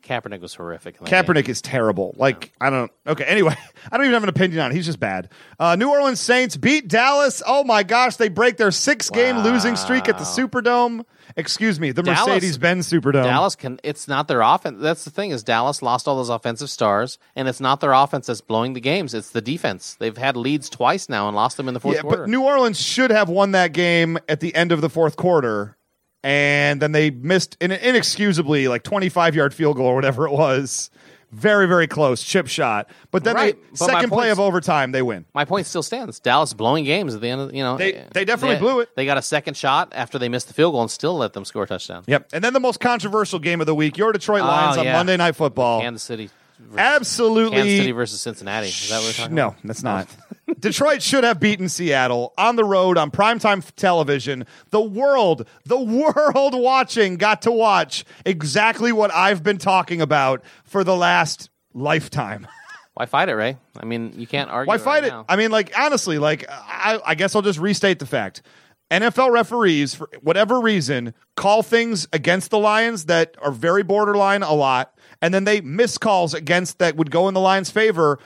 Speaker 3: Kaepernick was horrific. in that game.
Speaker 2: Kaepernick is terrible. Like I don't. Okay. Anyway, I don't even have an opinion on. it. He's just bad. Uh, New Orleans Saints beat Dallas. Oh my gosh, they break their six-game losing streak at the Superdome. Excuse me, the
Speaker 3: Dallas-
Speaker 2: Mercedes-Benz Superdome.
Speaker 3: Dallas can. It's not their offense. That's the thing is Dallas lost all those offensive stars, and it's not their offense that's blowing the games. It's the defense. They've had leads twice now and lost them in the fourth
Speaker 2: Yeah,
Speaker 3: quarter.
Speaker 2: but New Orleans should have won that game at the end of the fourth quarter, and then they missed an inexcusably like twenty-five yard field goal or whatever it was. Very very close chip shot, but then
Speaker 3: Right,
Speaker 2: they
Speaker 3: but my
Speaker 2: second play
Speaker 3: point's-
Speaker 2: of overtime they win.
Speaker 3: My point still stands. Dallas blowing games at the end of you know eh,
Speaker 2: They- they definitely blew it.
Speaker 3: They got a second shot after they missed the field goal and still let them score a touchdown.
Speaker 2: Yep, and then the most controversial game of the week: your Detroit Lions on
Speaker 3: Oh, yeah.
Speaker 2: Monday Night Football.
Speaker 3: Kansas City. versus-
Speaker 2: Absolutely.
Speaker 3: Kansas City versus Cincinnati. Is that what we're talking
Speaker 2: no, that's not. Oh. Detroit should have beaten Seattle on the road on primetime f- television. The world, the world watching got to watch exactly what I've been talking about for the last lifetime.
Speaker 3: Why fight it, Ray? I mean, you can't argue.
Speaker 2: Why fight
Speaker 3: right
Speaker 2: it?
Speaker 3: now.
Speaker 2: I mean, like honestly, like I, I guess I'll just restate the fact: NFL referees, for whatever reason, call things against the Lions that are very borderline a lot, and then they miss calls against that would go in the Lions' favor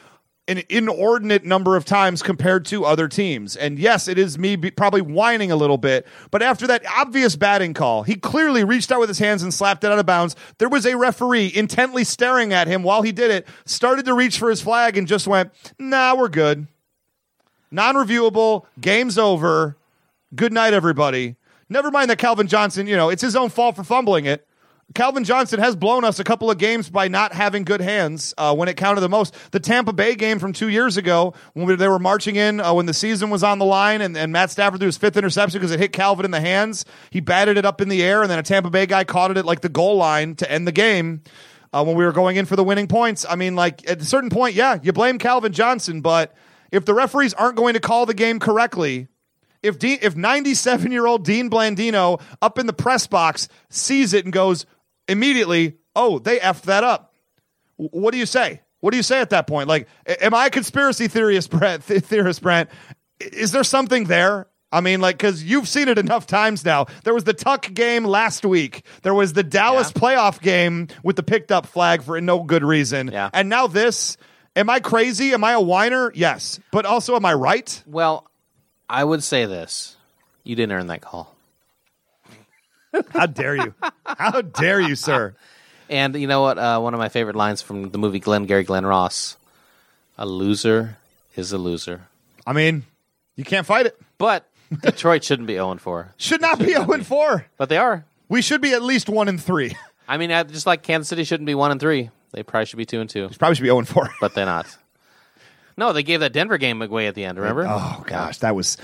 Speaker 2: an inordinate number of times compared to other teams. And yes, it is me be, probably whining a little bit, but after that obvious batting call, he clearly reached out with his hands and slapped it out of bounds. There was a referee intently staring at him while he did it, started to reach for his flag and just went, "Nah, we're good." non-reviewable game's over good night everybody never mind that calvin johnson you know it's his own fault for fumbling it calvin johnson has blown us a couple of games by not having good hands uh, when it counted the most the tampa bay game from two years ago when we- they were marching in uh, when the season was on the line and, and matt stafford threw his fifth interception because it hit calvin in the hands he batted it up in the air and then a tampa bay guy caught it at like the goal line to end the game uh, when we were going in for the winning points. I mean, like at a certain point, yeah, you blame Calvin Johnson, but if the referees aren't going to call the game correctly, if De- if 97 year old Dean Blandino up in the press box sees it and goes immediately, oh, they effed that up. W- What do you say? What do you say at that point? Like, a- am I a conspiracy theorist, Brent? th- theorist, Brent? I- Is there something there? I mean, like, because you've seen it enough times now. There was the Tuck game last week. There was the Dallas
Speaker 3: Yeah.
Speaker 2: playoff game with the picked up flag for no good reason.
Speaker 3: Yeah.
Speaker 2: And now this. Am I crazy? Am I a whiner? Yes. But also, am I right?
Speaker 3: Well, I would say this: you didn't earn that call.
Speaker 2: How dare you? How dare you, sir?
Speaker 3: And you know what? Uh, one of my favorite lines from the movie Glenn Gary Glenn Ross: "A loser is a loser."
Speaker 2: I mean, you can't fight it.
Speaker 3: But Detroit shouldn't be 0 4,
Speaker 2: Should not be 0 and 4.
Speaker 3: but they are.
Speaker 2: We should be at least 1 and 3.
Speaker 3: I mean, uh, just like Kansas City shouldn't be 1 and 3, they probably should be 2 and 2,
Speaker 2: Probably should be 0 and 4.
Speaker 3: but they're not. No, they gave that Denver game away at the end, remember?
Speaker 2: Oh gosh, that was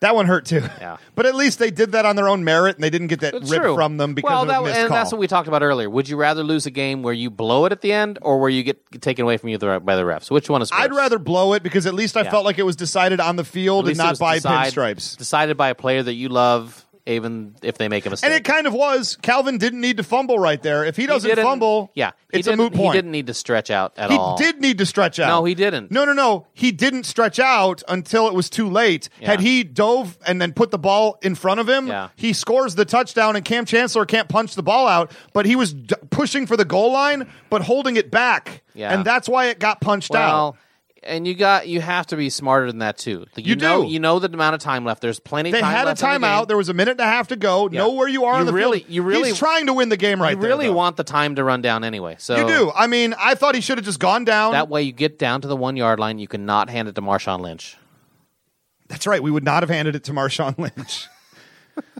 Speaker 2: that one hurt too.
Speaker 3: Yeah.
Speaker 2: But at least they did that on their own merit and they didn't get that
Speaker 3: It's
Speaker 2: ripped
Speaker 3: true.
Speaker 2: from them because
Speaker 3: well,
Speaker 2: of a
Speaker 3: that,
Speaker 2: missed
Speaker 3: and
Speaker 2: call.
Speaker 3: that's what we talked about earlier. Would you rather lose a game where you blow it at the end or where you get taken away from you the- by the refs? Which one is worse?
Speaker 2: I'd rather blow it because at least I
Speaker 3: Yeah.
Speaker 2: felt like it was decided on the
Speaker 3: At
Speaker 2: field and
Speaker 3: least it
Speaker 2: not
Speaker 3: was
Speaker 2: by
Speaker 3: decide-
Speaker 2: pinstripes.
Speaker 3: Decided by a player that you love, even if they make a mistake.
Speaker 2: And it kind of was. Calvin didn't need to fumble right there. If he
Speaker 3: He
Speaker 2: doesn't
Speaker 3: didn't-
Speaker 2: fumble,
Speaker 3: Yeah, he
Speaker 2: it's a
Speaker 3: didn't-
Speaker 2: moot point.
Speaker 3: He didn't need to stretch out at
Speaker 2: He
Speaker 3: all.
Speaker 2: did need to stretch out.
Speaker 3: No, he didn't.
Speaker 2: No, no, no. He didn't stretch out until it was too late.
Speaker 3: Yeah.
Speaker 2: Had he dove and then put the ball in front of him,
Speaker 3: Yeah.
Speaker 2: he scores the touchdown, and Cam Chancellor can't punch the ball out. But he was d- pushing for the goal line, but holding it back,
Speaker 3: Yeah.
Speaker 2: and that's why it got punched out.
Speaker 3: Well, and you got you have to be smarter than that too. Like,
Speaker 2: You
Speaker 3: know,
Speaker 2: do.
Speaker 3: You know the amount of time left. There's plenty.
Speaker 2: They
Speaker 3: time
Speaker 2: had a
Speaker 3: left in the
Speaker 2: timeout.
Speaker 3: game.
Speaker 2: there was a minute and a half to go.
Speaker 3: Yeah.
Speaker 2: Know where you are
Speaker 3: You
Speaker 2: on the
Speaker 3: really-
Speaker 2: field.
Speaker 3: you really-
Speaker 2: He's trying to win the game right
Speaker 3: you
Speaker 2: there.
Speaker 3: really
Speaker 2: though.
Speaker 3: want the time to run down anyway. So
Speaker 2: You do. I mean, I thought he should have just gone down.
Speaker 3: That way, you get down to the one yard line. You cannot hand it to Marshawn Lynch.
Speaker 2: That's right. We would not have handed it to Marshawn Lynch.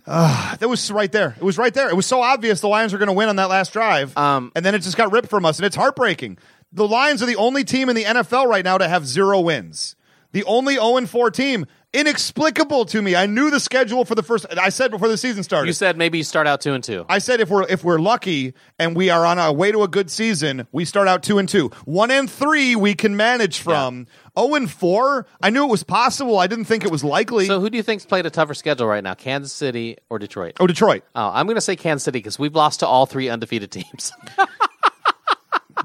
Speaker 2: Ah, that was right there. It was right there. It was so obvious the Lions were going to win on that last drive,
Speaker 3: Um,
Speaker 2: and then it just got ripped from us, and it's heartbreaking. The Lions are the only team in the NFL right now to have zero wins. The only 0 4 team. Inexplicable to me. I knew the schedule for the first. I said before the season started.
Speaker 3: You said maybe you start out two and two.
Speaker 2: I said if we're if we're lucky and we are on our way to a good season, we start out two and two. One and three we can manage from. Oh and four, I knew it was possible. I didn't think it was likely.
Speaker 3: so, who do you think's played a tougher schedule right now, Kansas City or Detroit?
Speaker 2: Oh, Detroit.
Speaker 3: Oh, I'm going to say Kansas City because we've lost to all three undefeated teams.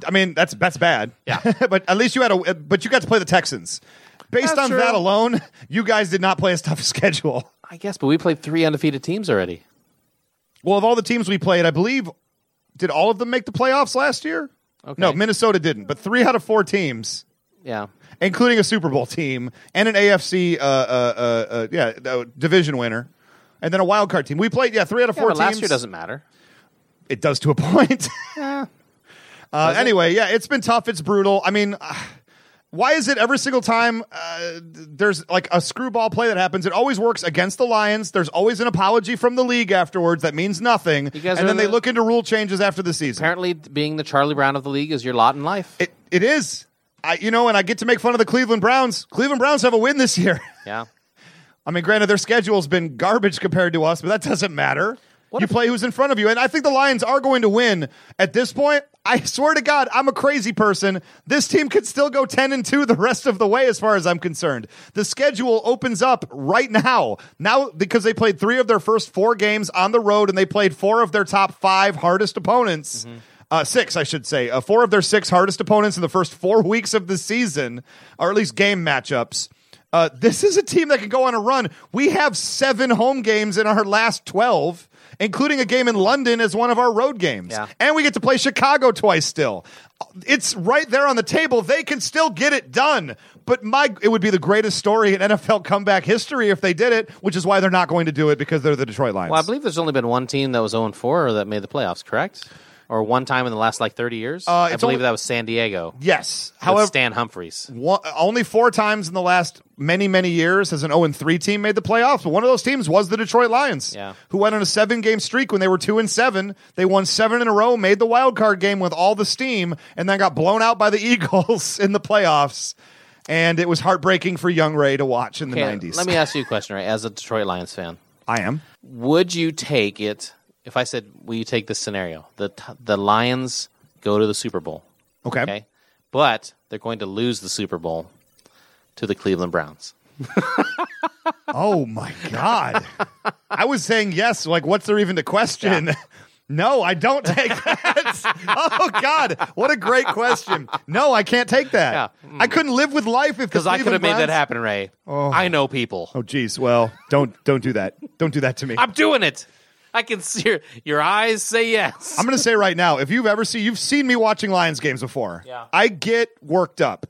Speaker 2: I mean, that's that's bad.
Speaker 3: Yeah.
Speaker 2: but at least you had a. But you got to play the Texans. Based
Speaker 3: That's
Speaker 2: on
Speaker 3: true.
Speaker 2: that alone, you guys did not play as tough a schedule.
Speaker 3: I guess, but we played three undefeated teams already.
Speaker 2: Well, of all the teams we played, I believe did all of them make the playoffs last year? No,
Speaker 3: Okay.
Speaker 2: Minnesota didn't. But three out of four teams,
Speaker 3: Yeah.
Speaker 2: including a Super Bowl team and an AFC, uh, uh, uh, uh, yeah, uh, division winner, and then a wild card team. We played, yeah, three out of
Speaker 3: Yeah,
Speaker 2: four
Speaker 3: but
Speaker 2: teams.
Speaker 3: last year doesn't matter.
Speaker 2: It does to a point.
Speaker 3: Yeah.
Speaker 2: Uh, anyway, yeah, it's been tough. It's brutal. I mean, uh, why is it every single time uh, th- there's like a screwball play that happens? It always works against the Lions. There's always an apology from the league afterwards that means nothing.
Speaker 3: You guys
Speaker 2: and
Speaker 3: are
Speaker 2: then they
Speaker 3: the-
Speaker 2: look into rule changes after the season.
Speaker 3: Apparently, being the Charlie Brown of the league is your lot in life.
Speaker 2: It, it is. I, you know, and I get to make fun of the Cleveland Browns. Cleveland Browns have a win this year.
Speaker 3: yeah.
Speaker 2: I mean, granted, their schedule's been garbage compared to us, but that doesn't matter. you
Speaker 3: if-
Speaker 2: play who's in front of you. And I think the Lions are going to win at this point. I swear to God, I'm a crazy person. This team could still go 10 and 2 the rest of the way, as far as I'm concerned. The schedule opens up right now. Now, because they played three of their first four games on the road and they played four of their top five hardest opponents. Uh, six, I should say. Uh, four of their six hardest opponents in the first four weeks of the season, or at least game matchups. Uh, this is a team that can go on a run. We have seven home games in our last 12, including a game in London as one of our road games.
Speaker 3: Yeah.
Speaker 2: And we get to play Chicago twice still. It's right there on the table. They can still get it done. But my it would be the greatest story in NFL comeback history if they did it, which is why they're not going to do it because they're the Detroit Lions.
Speaker 3: Well, I believe there's only been one team that was 0 4 that made the playoffs, correct? Or one time in the last like 30 years?
Speaker 2: Uh,
Speaker 3: I
Speaker 2: it's
Speaker 3: believe
Speaker 2: only-
Speaker 3: that was San Diego.
Speaker 2: yes.
Speaker 3: However,
Speaker 2: However,
Speaker 3: Stan Humphreys.
Speaker 2: one, only four times in the last many many years has an 0 3 team made the playoffs. But one of those teams was the Detroit Lions,
Speaker 3: Yeah.
Speaker 2: who went on a seven game streak when they were two and seven. They won seven in a row, made the wild card game with all the steam, and then got blown out by the Eagles in the playoffs. And it was heartbreaking for young Ray to watch in the
Speaker 3: Okay,
Speaker 2: nineties.
Speaker 3: let me ask you a question, right? As a Detroit Lions fan,
Speaker 2: I am.
Speaker 3: would you take it if I said, "Will you take this scenario? The t- the Lions go to the Super Bowl,
Speaker 2: Okay.
Speaker 3: okay, but they're going to lose the Super Bowl to the Cleveland Browns."
Speaker 2: Oh my god. I was saying yes. Like, what's there even to question? No, I don't take that. oh God, what a great question. No, I can't take that.
Speaker 3: Yeah.
Speaker 2: I couldn't live with life if
Speaker 3: Because I could have made that happen, Ray. I know people.
Speaker 2: Oh geez, well, don't don't do that. Don't do that to me.
Speaker 3: I'm doing it. I can see your, your eyes say yes.
Speaker 2: I'm going to say right now, if you've ever seen, you've seen me watching Lions games before.
Speaker 3: Yeah.
Speaker 2: I get worked up.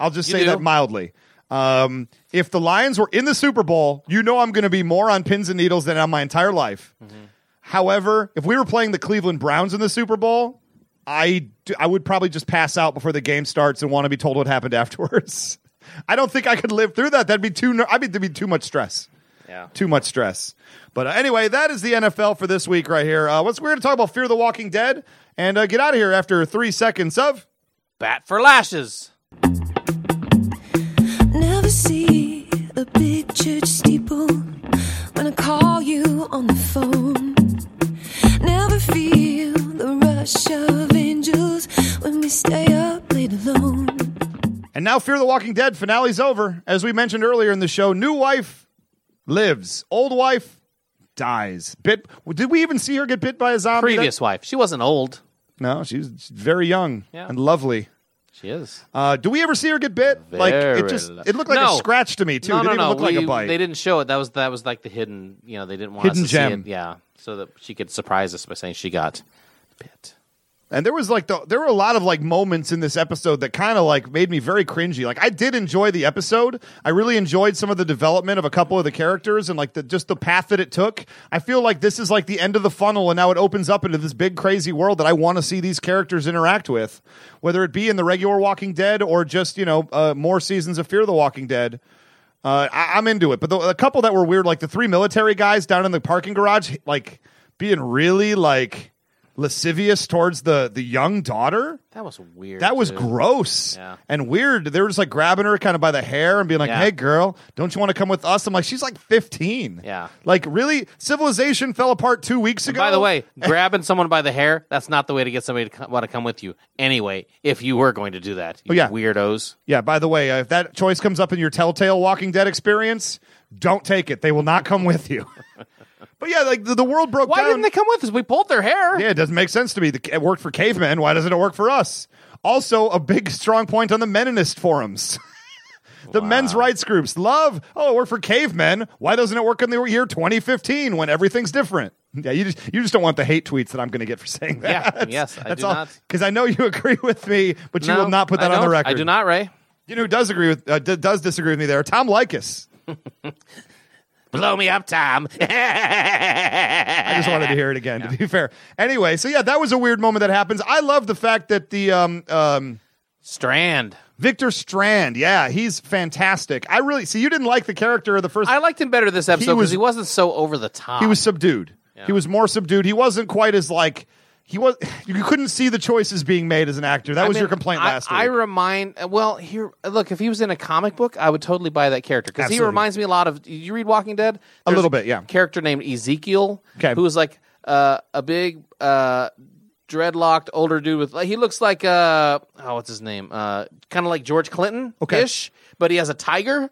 Speaker 2: I'll just
Speaker 3: You
Speaker 2: say
Speaker 3: do?
Speaker 2: that mildly. Um, if the Lions were in the Super Bowl, you know I'm going to be more on pins and needles than on my entire life.
Speaker 3: Mm-hmm.
Speaker 2: However, if we were playing the Cleveland Browns in the Super Bowl, I, d- I would probably just pass out before the game starts and want to be told what happened afterwards. I don't think I could live through that. That'd be too. ner- I'd be, there'd be too much stress
Speaker 3: yeah.
Speaker 2: too much stress. But uh, anyway, that is the NFL for this week right here. Uh, what's we're going to talk about? Fear the Walking Dead, and uh, get out of here after three seconds of.
Speaker 3: Bat for lashes.
Speaker 4: Never see a big church steeple when I call you on the phone. Never feel the rush of angels when we stay up late alone.
Speaker 2: And now, Fear the Walking Dead finale's over. As we mentioned earlier in the show, new wife lives, old wife dies. Bit? Did we even see her get bit by a zombie?
Speaker 3: Previous wife. She wasn't old.
Speaker 2: No, she was very young
Speaker 3: Yeah.
Speaker 2: and lovely.
Speaker 3: She is.
Speaker 2: Uh, do we ever see her get bit? like it
Speaker 3: Very
Speaker 2: just
Speaker 3: lo-
Speaker 2: it looked like
Speaker 3: No.
Speaker 2: a scratch to me too. it didn't even look like
Speaker 3: We-
Speaker 2: a bite.
Speaker 3: They didn't show it. That was that was like the hidden. You know, they didn't want
Speaker 2: Hidden
Speaker 3: us to
Speaker 2: gem.
Speaker 3: see it. Yeah, so that she could surprise us by saying she got bit.
Speaker 2: And there was like the there were a lot of like moments in this episode that kind of like made me very cringy. Like I did enjoy the episode. I really enjoyed some of the development of a couple of the characters and like the just the path that it took. I feel like this is like the end of the funnel and now it opens up into this big crazy world that I want to see these characters interact with, whether it be in the regular Walking Dead or just you know uh, more seasons of Fear the Walking Dead. Uh, I, I'm into it, but the, a couple that were weird, like the three military guys down in the parking garage, like being really like lascivious towards the the young daughter.
Speaker 3: That was weird.
Speaker 2: That was
Speaker 3: too.
Speaker 2: gross
Speaker 3: Yeah.
Speaker 2: and weird. They were just like grabbing her kind of by the hair and being like,
Speaker 3: Yeah.
Speaker 2: "Hey, girl, don't you want to come with us?" I'm like, "She's like 15."
Speaker 3: Yeah.
Speaker 2: like really, civilization fell apart two weeks ago.
Speaker 3: By the way, grabbing someone by the hair—that's not the way to get somebody to want to come with you. Anyway, if you were going to do that, you
Speaker 2: Oh, yeah.
Speaker 3: weirdos.
Speaker 2: yeah. By the way, uh, if that choice comes up in your Telltale Walking Dead experience, don't take it. They will not come with you. but yeah, like the, the world broke
Speaker 3: Why
Speaker 2: down.
Speaker 3: didn't they come with us? We pulled their hair.
Speaker 2: Yeah, it doesn't make sense to me. The, it worked for cavemen. Why doesn't it work for us? Also, a big strong point on the Meninist forums. the men's rights groups love, oh, we're for cavemen. Why doesn't it work in the year 2015 when everything's different? Yeah, you just you just don't want the hate tweets that I'm going to get for saying that.
Speaker 3: Yeah, yes, I
Speaker 2: that's
Speaker 3: do
Speaker 2: all.
Speaker 3: not.
Speaker 2: Because I know you agree with me, but you
Speaker 3: No,
Speaker 2: will not put
Speaker 3: I
Speaker 2: that on the
Speaker 3: don't.
Speaker 2: record.
Speaker 3: I do not, Ray.
Speaker 2: You know who does agree with uh, d- does disagree with me there? Tom Likas.
Speaker 3: Blow me up, Tom.
Speaker 2: I just wanted to hear it again. To be fair, anyway. So yeah, that was a weird moment that happens. I love the fact that the um um
Speaker 3: Strand.
Speaker 2: Victor Strand, yeah, he's fantastic. I really see you didn't like the character of the first.
Speaker 3: I liked him better this episode
Speaker 2: was-
Speaker 3: because he, was, not so over the top.
Speaker 2: he was subdued. He was more subdued. He wasn't quite as like he was. You couldn't see the choices being made as an actor. That was
Speaker 3: mean,
Speaker 2: your complaint
Speaker 3: I-
Speaker 2: last
Speaker 3: I
Speaker 2: week.
Speaker 3: remind well here. Look, if he was in a comic book, I would totally buy that character because he
Speaker 2: Absolutely.
Speaker 3: reminds me a lot of. You read Walking Dead?
Speaker 2: A
Speaker 3: There's
Speaker 2: little bit, yeah.
Speaker 3: Character named Ezekiel,
Speaker 2: 'Kay.
Speaker 3: who was like uh, a big uh, dreadlocked older dude with. Like, he looks like uh, oh, what's his name? Uh, kind of like George Clinton ish, but he has a tiger.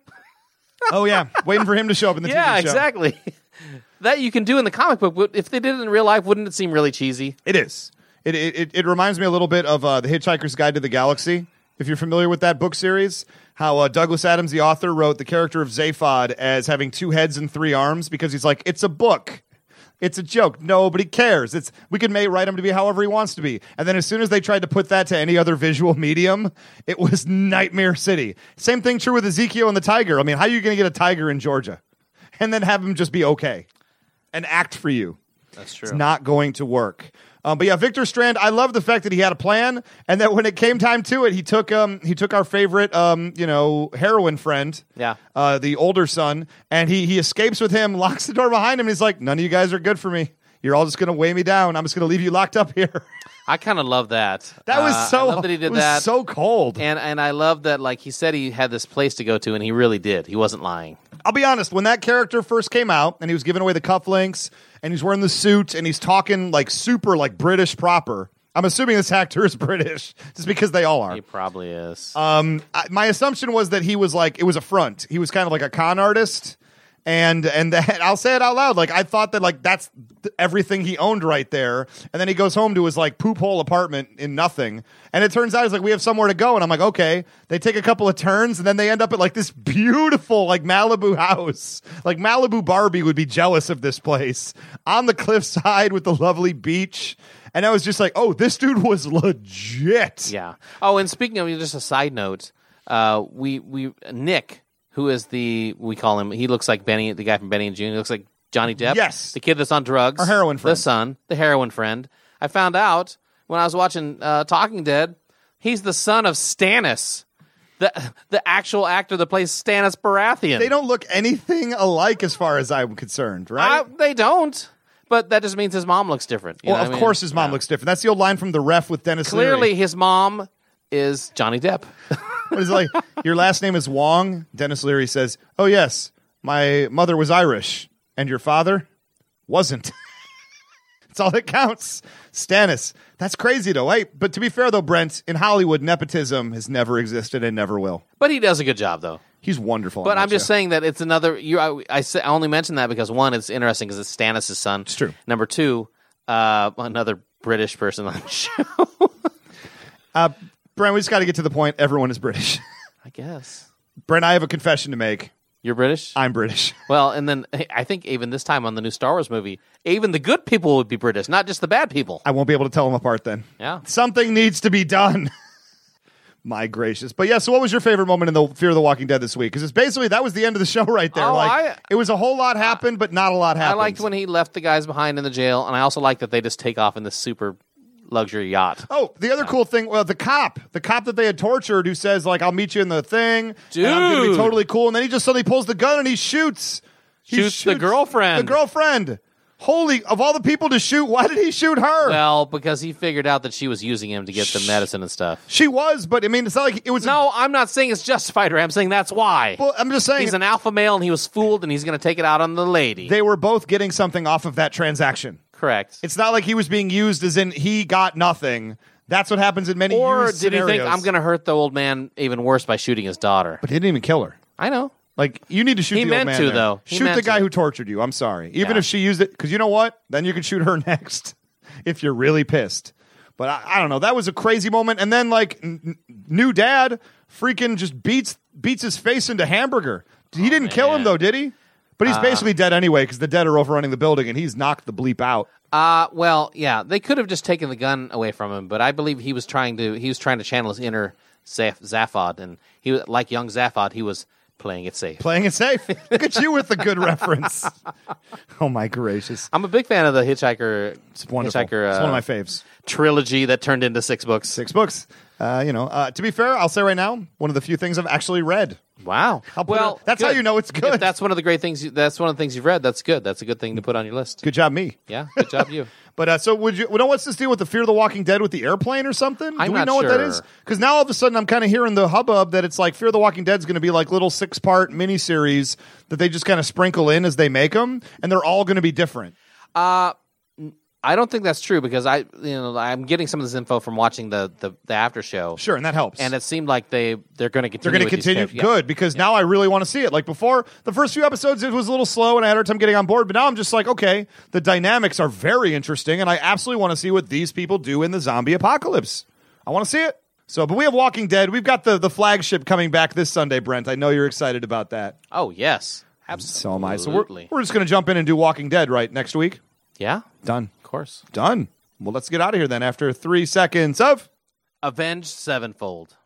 Speaker 2: oh yeah, waiting for him to show up in the
Speaker 3: yeah,
Speaker 2: TV show.
Speaker 3: exactly. that you can do in the comic book, but if they did it in real life, wouldn't it seem really cheesy?
Speaker 2: It is. It it, it, it reminds me a little bit of uh, the Hitchhiker's Guide to the Galaxy. If you're familiar with that book series, how uh, Douglas Adams, the author, wrote the character of Zaphod as having two heads and three arms because he's like, it's a book. It's a joke. Nobody cares. It's we can may write him to be however he wants to be. And then as soon as they tried to put that to any other visual medium, it was nightmare city. Same thing true with Ezekiel and the tiger. I mean, how are you going to get a tiger in Georgia, and then have him just be okay, and act for you?
Speaker 3: That's true.
Speaker 2: It's not going to work. Um, but yeah, Victor Strand. I love the fact that he had a plan, and that when it came time to it, he took um he took our favorite um you know heroin friend,
Speaker 3: Yeah.
Speaker 2: uh, the older son, and he he escapes with him, locks the door behind him, and he's like, "None of you guys are good for me. You're all just gonna weigh me down. I'm just gonna leave you locked up here."
Speaker 3: I kind of love that.
Speaker 2: that was
Speaker 3: Uh,
Speaker 2: so
Speaker 3: I love that he did
Speaker 2: it was
Speaker 3: that.
Speaker 2: so cold.
Speaker 3: And and I love that like he said he had this place to go to and he really did. He wasn't lying.
Speaker 2: I'll be honest, when that character first came out and he was giving away the cufflinks and he's wearing the suit and he's talking like super like British proper. I'm assuming this actor is British just because they all are.
Speaker 3: He probably
Speaker 2: Uh,
Speaker 3: is.
Speaker 2: I, my assumption was that he was like it was a front. He was kind of like a con artist, and and that I'll say it out loud. Like I thought that like that's th- everything he owned right there, and then he goes home to his like poop hole apartment in nothing. And it turns out it's like we have somewhere to go, and I'm like okay. They take a couple of turns, and then they end up at like this beautiful like Malibu house. Like Malibu Barbie would be jealous of this place on the cliffside with the lovely beach. And I was just like, oh, this dude was legit.
Speaker 3: yeah. Oh, and speaking of just a side note, uh we we Nick, who is the we call him he looks like Benny the guy from Benny and June. He looks like Johnny Depp.
Speaker 2: Yes.
Speaker 3: The kid that's on drugs.
Speaker 2: Our heroin
Speaker 3: The
Speaker 2: friend.
Speaker 3: son, the heroin friend. I found out when I was watching uh, Talking Dead, he's the son of Stannis. The the actual actor that plays Stannis Baratheon.
Speaker 2: they don't look anything alike as far as I'm concerned, right?
Speaker 3: I, they don't. But that just means his mom looks different. you
Speaker 2: well,
Speaker 3: know
Speaker 2: of
Speaker 3: what I mean?
Speaker 2: course his mom looks different. That's the old line from the ref with Dennis. Leary.
Speaker 3: Clearly, his mom is Johnny Depp.
Speaker 2: What is it like your last name is Wong. Dennis Leary says, "Oh yes, my mother was Irish, and your father wasn't." That's all that counts. Stannis. That's crazy though. Hey, but to be fair though, Brent, in Hollywood, nepotism has never existed and never will.
Speaker 3: But he does a good job, though.
Speaker 2: He's wonderful.
Speaker 3: But I'm just saying that it's another. You, I, I, say- I only mention that because one, it's interesting because it's Stannis' son. It's
Speaker 2: true.
Speaker 3: Number two, uh, another British person on the show.
Speaker 2: Brent, we just got to get to the point. Everyone is British.
Speaker 3: I guess
Speaker 2: Brent, I have a confession to make.
Speaker 3: you're British.
Speaker 2: I'm British.
Speaker 3: well, and then hey, I think even this time on the new Star Wars movie, even the good people would be British, not just the bad people.
Speaker 2: I won't be able to tell them apart then.
Speaker 3: Yeah.
Speaker 2: Something needs to be done. My gracious. But yeah, so what was your favorite moment in the Fear of the Walking Dead this week? Because it's basically that was the end of the show right there.
Speaker 3: Oh,
Speaker 2: like
Speaker 3: I-
Speaker 2: it was a whole lot happened, but not a lot
Speaker 3: I
Speaker 2: happened.
Speaker 3: liked when he left the guys behind in the jail, and I also like that they just take off in this super luxury yacht.
Speaker 2: Oh, the other cool thing, well, the cop, the cop that they had tortured who says, like, I'll meet you in the thing. And I'm gonna be
Speaker 3: Dude.
Speaker 2: totally cool. And then he just suddenly pulls the gun and he shoots. He
Speaker 3: Shoots the girlfriend.
Speaker 2: The girlfriend. Holy of all the people to shoot, why did he shoot her?
Speaker 3: Well, because he figured out that she was using him to get the medicine and stuff.
Speaker 2: she was, but I mean it's not like it was
Speaker 3: No, I'm not saying it's justified, Ray. I'm saying that's why.
Speaker 2: well, I'm just saying
Speaker 3: he's an alpha male and he was fooled and he's going to take it out on the lady.
Speaker 2: they were both getting something off of that transaction.
Speaker 3: Correct.
Speaker 2: It's not like he was being used as in he got nothing. That's what happens in many
Speaker 3: or did
Speaker 2: used
Speaker 3: he think
Speaker 2: scenarios.
Speaker 3: I'm going to hurt the old man even worse by shooting his daughter?
Speaker 2: But he didn't even kill her.
Speaker 3: I know.
Speaker 2: Like you need to shoot
Speaker 3: He
Speaker 2: the old
Speaker 3: meant
Speaker 2: man
Speaker 3: to,
Speaker 2: there.
Speaker 3: though. He
Speaker 2: Shoot
Speaker 3: meant
Speaker 2: the guy
Speaker 3: to.
Speaker 2: who tortured you. I'm sorry. Even
Speaker 3: Yeah.
Speaker 2: if she used it, because you know what? Then you can shoot her next if you're really pissed. But I, I don't know. That was a crazy moment. And then like n- n- new dad freaking just beats beats his face into hamburger. He didn't kill him
Speaker 3: Oh, man. Uh,
Speaker 2: though, did he? But he's basically dead anyway because the dead are overrunning the building and he's knocked the bleep out.
Speaker 3: Uh, well, yeah, they could have just taken the gun away from him, but I believe he was trying to he was trying to channel his inner Zaph- Zaphod, and he was like young Zaphod, he was playing it safe.
Speaker 2: Playing it safe. Look at you with the good reference. Oh my gracious!
Speaker 3: I'm a big fan of the Hitchhiker
Speaker 2: It's wonderful.
Speaker 3: Hitchhiker uh,
Speaker 2: it's one of my faves.
Speaker 3: trilogy that turned into six books.
Speaker 2: Six books. Uh, you know. Uh, to be fair, I'll say right now, one of the few things I've actually read.
Speaker 3: Wow.
Speaker 2: I'll put
Speaker 3: well,
Speaker 2: it- that's how you know it's
Speaker 3: If
Speaker 2: good.
Speaker 3: that's one of the great things. You, that's one of the things you've read. That's good. That's a good thing to put on your list.
Speaker 2: Good job, me.
Speaker 3: Yeah. Good job, you.
Speaker 2: But uh, so would you? You know what's this deal with the Fear of the Walking Dead with the airplane or something?
Speaker 3: I'm
Speaker 2: Do we
Speaker 3: not
Speaker 2: know what that
Speaker 3: sure.
Speaker 2: is? Because now all of a sudden I'm kind of hearing the hubbub that it's like Fear of the Walking Dead's going to be like little six part miniseries that they just kind of sprinkle in as they make them, and they're all going to be different.
Speaker 3: I don't think that's true because I, you know, I'm getting some of this info from watching the the, the after show.
Speaker 2: Sure, and that helps.
Speaker 3: And it seemed like they they're going to
Speaker 2: they're
Speaker 3: continue.
Speaker 2: going to
Speaker 3: with these
Speaker 2: continue.
Speaker 3: characters. Yeah.
Speaker 2: Good because now I really want to see it. Like before, the first few episodes it was a little slow and I had a hard time getting on board. But now I'm just like, okay, the dynamics are very interesting, and I absolutely want to see what these people do in the zombie apocalypse. I want to see it. So, but we have Walking Dead. We've got the the flagship coming back this Sunday, Brent. I know you're excited about that.
Speaker 3: Oh yes,
Speaker 2: So am I. So
Speaker 3: absolutely.
Speaker 2: we're, we're just going to jump in and do Walking Dead right next week.
Speaker 3: yeah, of
Speaker 2: Done.
Speaker 3: course.
Speaker 2: Done. Well, let's get out of here then. After three seconds of.
Speaker 3: Avenged sevenfold.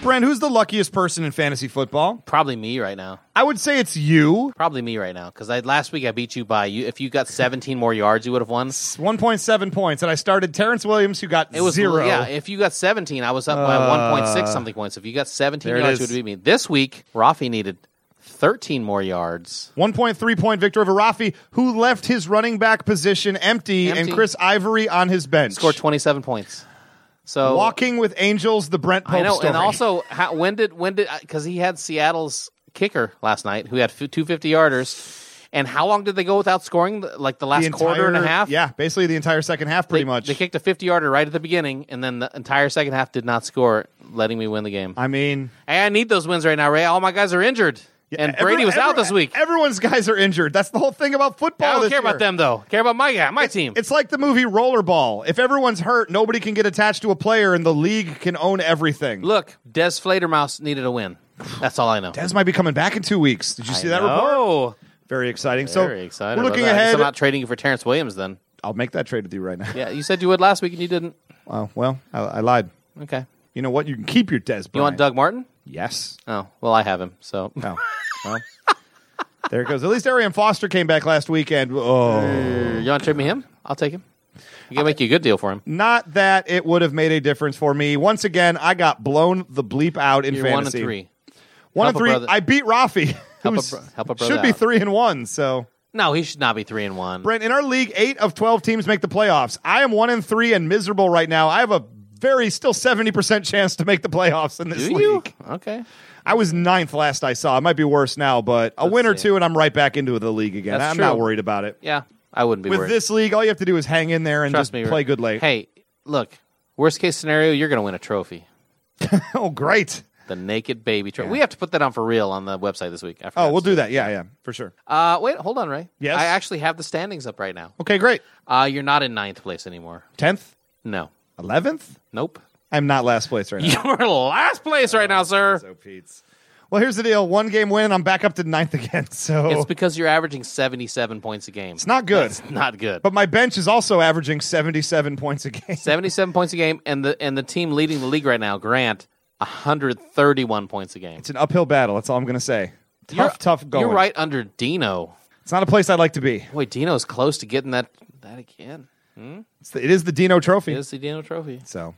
Speaker 2: Brent, who's the luckiest person in fantasy football?
Speaker 3: Probably me right now.
Speaker 2: I would say it's you.
Speaker 3: Probably me right now because I last week I beat you by you. If you got 17 more yards, you would have won.
Speaker 2: One point seven points, and I started Terrence Williams, who got
Speaker 3: It was
Speaker 2: zero. Uh,
Speaker 3: Yeah, if you got 17, I was up by 1.6 something points. If you got 17
Speaker 2: there it
Speaker 3: yards, you
Speaker 2: is.
Speaker 3: would beat me. This week, Rafi needed 13 more yards.
Speaker 2: One point three point victor over Rafi, who left his running back position empty,
Speaker 3: Empty.
Speaker 2: and Chris Ivory on his bench.
Speaker 3: Scored 27 points. So
Speaker 2: Walking with Angels, the Brent Pope
Speaker 3: I know,
Speaker 2: story.
Speaker 3: and also how, when did when did because he had Seattle's kicker last night who had f- two fifty yarders, and how long did they go without scoring? The- Like the last
Speaker 2: the
Speaker 3: quarter and a
Speaker 2: entire-
Speaker 3: half.
Speaker 2: Yeah, basically the entire second half,
Speaker 3: They-
Speaker 2: pretty much.
Speaker 3: They kicked a fifty yarder right at the beginning, and then the entire second half did not score, letting me win the game.
Speaker 2: I mean,
Speaker 3: hey, I need those wins right now, Ray. All my guys are injured, and Brady
Speaker 2: everyone-
Speaker 3: was out
Speaker 2: everyone-
Speaker 3: this week.
Speaker 2: Everyone's guys are injured. That's the whole thing about football.
Speaker 3: I don't
Speaker 2: this
Speaker 3: care
Speaker 2: year.
Speaker 3: about them though. Care about my guy, my team.
Speaker 2: It's like the movie Rollerball. If everyone's hurt, nobody can get attached to a player, and the league can own everything.
Speaker 3: Look, Des Flatermouse needed a win. That's all I know.
Speaker 2: Dez might be coming back in two weeks. Did you see that report?
Speaker 3: Oh,
Speaker 2: Very exciting.
Speaker 3: very
Speaker 2: so
Speaker 3: excited.
Speaker 2: we're
Speaker 3: about
Speaker 2: looking
Speaker 3: that. I guess
Speaker 2: ahead.
Speaker 3: I'm not trading you for Terrence Williams then.
Speaker 2: I'll make that trade with you right now.
Speaker 3: Yeah, you said you would last week and you didn't.
Speaker 2: Oh, well, I, I lied.
Speaker 3: Okay.
Speaker 2: You know what? You can keep your Des.
Speaker 3: You want Doug Martin?
Speaker 2: Yes.
Speaker 3: Oh, well, I have him. So
Speaker 2: Oh, well, there it goes. At least Arian Foster came back last weekend. Oh,
Speaker 3: you want to trade me him? I'll take him. You can make you a good deal for him.
Speaker 2: not that it would have made a difference for me. Once again, I got blown the bleep out in
Speaker 3: You're one and
Speaker 2: fantasy.
Speaker 3: three.
Speaker 2: One and
Speaker 3: Help a
Speaker 2: three.
Speaker 3: brother-
Speaker 2: I beat Rafi.
Speaker 3: Help a
Speaker 2: who's-
Speaker 3: bro- help a brother
Speaker 2: should be
Speaker 3: out.
Speaker 2: three and one. So,
Speaker 3: No, he should not be three and one.
Speaker 2: Brent, in our league, eight of twelve teams make the playoffs. I am one and three and miserable right now. I have a very still seventy percent chance to make the playoffs in this
Speaker 3: Do
Speaker 2: league.
Speaker 3: you? Okay.
Speaker 2: I was ninth last I saw. It might be worse now, but a win or
Speaker 3: see.
Speaker 2: two, and I'm right back into the league again.
Speaker 3: That's
Speaker 2: I'm not
Speaker 3: true.
Speaker 2: worried about it.
Speaker 3: Yeah, I wouldn't be
Speaker 2: With
Speaker 3: worried.
Speaker 2: this league, all you have to do is hang in there and
Speaker 3: Trust
Speaker 2: just
Speaker 3: me.
Speaker 2: play good late.
Speaker 3: Hey, look. Worst case scenario, you're going to win a trophy.
Speaker 2: Oh, great.
Speaker 3: The naked baby trophy. We have to put that on for real on the website this week. I forgot
Speaker 2: Oh, we'll
Speaker 3: to
Speaker 2: do that. Yeah, yeah, for sure.
Speaker 3: Uh, wait, hold on, Ray.
Speaker 2: Yes?
Speaker 3: I actually have the standings up right now.
Speaker 2: Okay, great.
Speaker 3: Uh, you're not in ninth place anymore.
Speaker 2: Tenth,
Speaker 3: No.
Speaker 2: eleventh.
Speaker 3: Nope.
Speaker 2: I'm not last place right now.
Speaker 3: You're last place right now, sir.
Speaker 2: So Pete's. Well, here's the deal. One game win, I'm back up to ninth again. So
Speaker 3: It's
Speaker 2: it's,
Speaker 3: because you're averaging 77 points a game. It's
Speaker 2: Oh. not good.
Speaker 3: not good.
Speaker 2: But my bench is also averaging 77 points a game.
Speaker 3: 77 points a game, and the and the team leading the league right now, Grant, 131 points a game.
Speaker 2: It's an uphill battle. That's all I'm going to say. Tough,
Speaker 3: You're-
Speaker 2: tough going.
Speaker 3: You're right under Dino.
Speaker 2: It's not a place I'd like to be.
Speaker 3: Boy, Dino's close to getting that that again.
Speaker 2: It's the, it is the Dino Trophy.
Speaker 3: It's the Dino Trophy.
Speaker 2: So,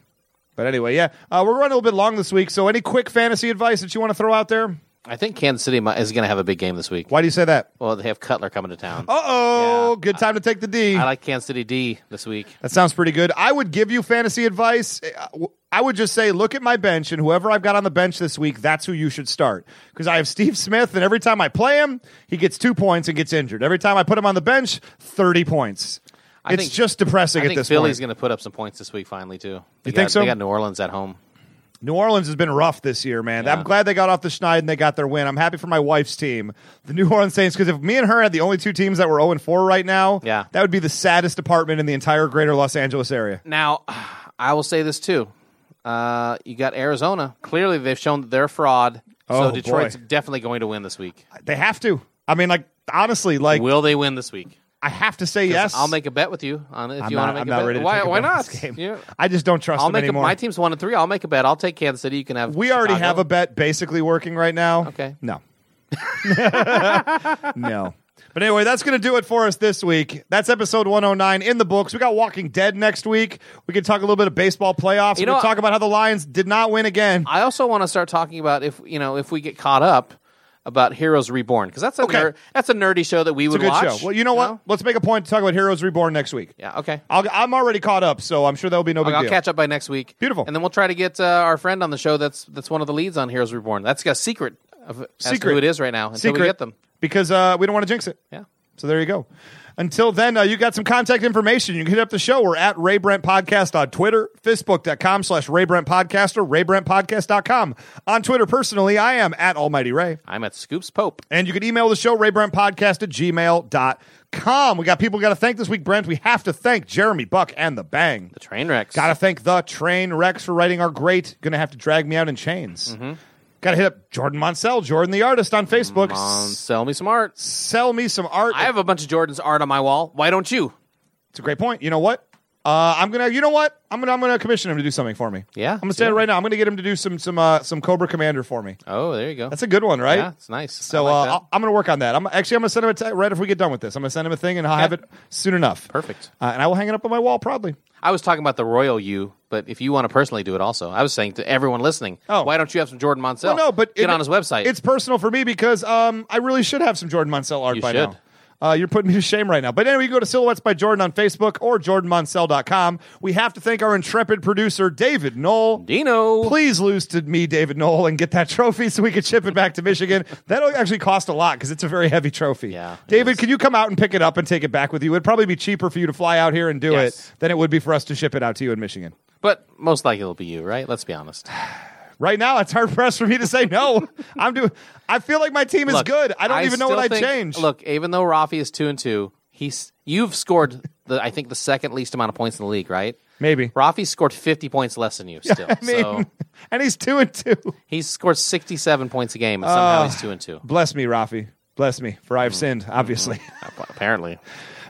Speaker 2: but anyway, yeah, uh, we're running a little bit long this week. So, any quick fantasy advice that you want to throw out there?
Speaker 3: I think Kansas City mi- is going to have a big game this week.
Speaker 2: Why do you say that?
Speaker 3: Well, they have Cutler coming to town.
Speaker 2: Uh oh,
Speaker 3: Yeah.
Speaker 2: good time to take the D.
Speaker 3: I like Kansas City D this week.
Speaker 2: that sounds pretty good. I would give you fantasy advice. Uh, w- I would just say, look at my bench, and whoever I've got on the bench this week, that's who you should start. Because I have Steve Smith, and every time I play him, he gets two points and gets injured. Every time I put him on the bench, 30 points.
Speaker 3: I
Speaker 2: it's
Speaker 3: think,
Speaker 2: just depressing
Speaker 3: I
Speaker 2: at
Speaker 3: think
Speaker 2: this
Speaker 3: Philly's
Speaker 2: point.
Speaker 3: going to put up some points this week finally too. They
Speaker 2: You
Speaker 3: got,
Speaker 2: think so?
Speaker 3: They got New Orleans at home.
Speaker 2: New Orleans has been rough this year, man.
Speaker 3: Yeah.
Speaker 2: I'm glad they got off the schneid and they got their win. I'm happy for my wife's team, the New Orleans Saints, because if me and her had the only two teams that were 0 4 right now,
Speaker 3: Yeah.
Speaker 2: that would be the saddest department in the entire greater Los Angeles area.
Speaker 3: Now, I will say this too. Uh, you got Arizona. Clearly, they've shown that they're fraud.
Speaker 2: Oh,
Speaker 3: so Detroit's
Speaker 2: boy.
Speaker 3: definitely going to win this week.
Speaker 2: They have to. I mean, like, honestly, like,
Speaker 3: Will they win this week?
Speaker 2: I have to say yes.
Speaker 3: I'll make a bet with you on it if
Speaker 2: I'm
Speaker 3: you
Speaker 2: not,
Speaker 3: want to make
Speaker 2: I'm
Speaker 3: a
Speaker 2: not
Speaker 3: bet.
Speaker 2: ready to
Speaker 3: why
Speaker 2: take a
Speaker 3: why
Speaker 2: bet on
Speaker 3: not?
Speaker 2: this game.
Speaker 3: Yeah.
Speaker 2: I just don't trust
Speaker 3: I'll
Speaker 2: them
Speaker 3: make a,
Speaker 2: anymore.
Speaker 3: my team's one and three. I'll make a bet. I'll take Kansas City. You can have.
Speaker 2: we already
Speaker 3: Chicago.
Speaker 2: have a bet basically working right now.
Speaker 3: Okay.
Speaker 2: No. no. But anyway, that's going to do it for us this week. That's episode 109 in the books. We got Walking Dead next week. We can talk a little bit of baseball playoffs.
Speaker 3: You
Speaker 2: we
Speaker 3: know,
Speaker 2: can talk about how the Lions did not win again.
Speaker 3: I also want to start talking about if you know if we get caught up about Heroes Reborn because that's a
Speaker 2: Okay.
Speaker 3: ner- that's a nerdy show that we
Speaker 2: It's a
Speaker 3: would
Speaker 2: good
Speaker 3: watch.
Speaker 2: show. Well, you know what? Let's make a point to talk about Heroes Reborn next week.
Speaker 3: Yeah. Okay.
Speaker 2: I'll, I'm already caught up, so I'm sure that'll be no big
Speaker 3: I'll
Speaker 2: deal.
Speaker 3: catch up by next week.
Speaker 2: Beautiful.
Speaker 3: And then we'll try to get uh, our friend on the show. That's that's one of the leads on Heroes Reborn. That's got a secret of as to
Speaker 2: Secret.
Speaker 3: who it is right now until
Speaker 2: Secret.
Speaker 3: we get them.
Speaker 2: Because uh, we don't want to jinx it.
Speaker 3: Yeah.
Speaker 2: So there you go. Until then, uh, you got some contact information. You can hit up the show. We're at Ray Brent Podcast on Twitter, Facebook.com slash Ray Brent Podcast or RayBrentPodcast.com. On Twitter, personally, I am at Almighty Ray.
Speaker 3: I'm at Scoops Pope.
Speaker 2: And you can email the show, RayBrentPodcast at gmail.com. We got people we got to thank this week, Brent. We have to thank Jeremy Buck and the Bang.
Speaker 3: The train wrecks.
Speaker 2: Got to thank the Train Rex for writing our great. Going to have to drag me out in chains. Got to hit up Jordan Monsell, Jordan the artist on Facebook.
Speaker 3: Um,
Speaker 2: S-
Speaker 3: sell me some art.
Speaker 2: Sell me some art.
Speaker 3: I have a bunch of Jordan's art on my wall. Why don't you?
Speaker 2: It's a great point. You know what? Uh, I'm gonna. You know what? I'm gonna. I'm gonna commission him to do something for me.
Speaker 3: Yeah,
Speaker 2: I'm gonna say
Speaker 3: do
Speaker 2: it
Speaker 3: it.
Speaker 2: right now. I'm gonna get him to do some some uh, some Cobra Commander for me.
Speaker 3: Oh, there you go.
Speaker 2: That's a good one, right?
Speaker 3: yeah, it's nice.
Speaker 2: So
Speaker 3: I like
Speaker 2: uh,
Speaker 3: that.
Speaker 2: I'll- I'm gonna work on that. I'm actually I'm gonna send him a te- right if we get done with this. I'm gonna send him a thing and I'll have it soon enough.
Speaker 3: Perfect.
Speaker 2: Uh, and I will hang it up on my wall probably.
Speaker 3: I was talking about the royal you, but if you want to personally do it, also, I was saying to everyone listening,
Speaker 2: Oh.
Speaker 3: why don't you have some Jordan Monsell?
Speaker 2: Well, no, but
Speaker 3: get
Speaker 2: it-
Speaker 3: on his website.
Speaker 2: It's personal for me because um, I really should have some Jordan Monsell art
Speaker 3: You
Speaker 2: by
Speaker 3: should.
Speaker 2: now. Uh, you're putting me to shame right now. But anyway, you go to Silhouettes by Jordan on Facebook or JordanMonsell.com. We have to thank our intrepid producer, David Knoll.
Speaker 3: Dino.
Speaker 2: Please lose to me, David Knoll, and get that trophy so we can ship it back to Michigan. That'll actually cost a lot because it's a very heavy trophy.
Speaker 3: Yeah, it
Speaker 2: David,
Speaker 3: is.
Speaker 2: could you come out and pick it up and take it back with you? It'd probably be cheaper for you to fly out here and do
Speaker 3: Yes.
Speaker 2: it than it would be for us to ship it out to you in Michigan.
Speaker 3: But most likely it'll be you, right? Let's be honest.
Speaker 2: Right now, it's hard pressed for me to say no. I'm doing. I feel like my team is
Speaker 3: Look,
Speaker 2: good. I don't even know what I
Speaker 3: still think-
Speaker 2: changed.
Speaker 3: Look, even though Rafi is two and two, he's you've scored the I think the second least amount of points in the league, right?
Speaker 2: Maybe.
Speaker 3: Rafi scored fifty points less than you still.
Speaker 2: I mean,
Speaker 3: so
Speaker 2: and he's two and two.
Speaker 3: he's scored sixty seven points a game and somehow he's two and two.
Speaker 2: Bless me, Rafi. Bless me, for
Speaker 3: Mm-hmm.
Speaker 2: I've sinned. Obviously.
Speaker 3: Apparently.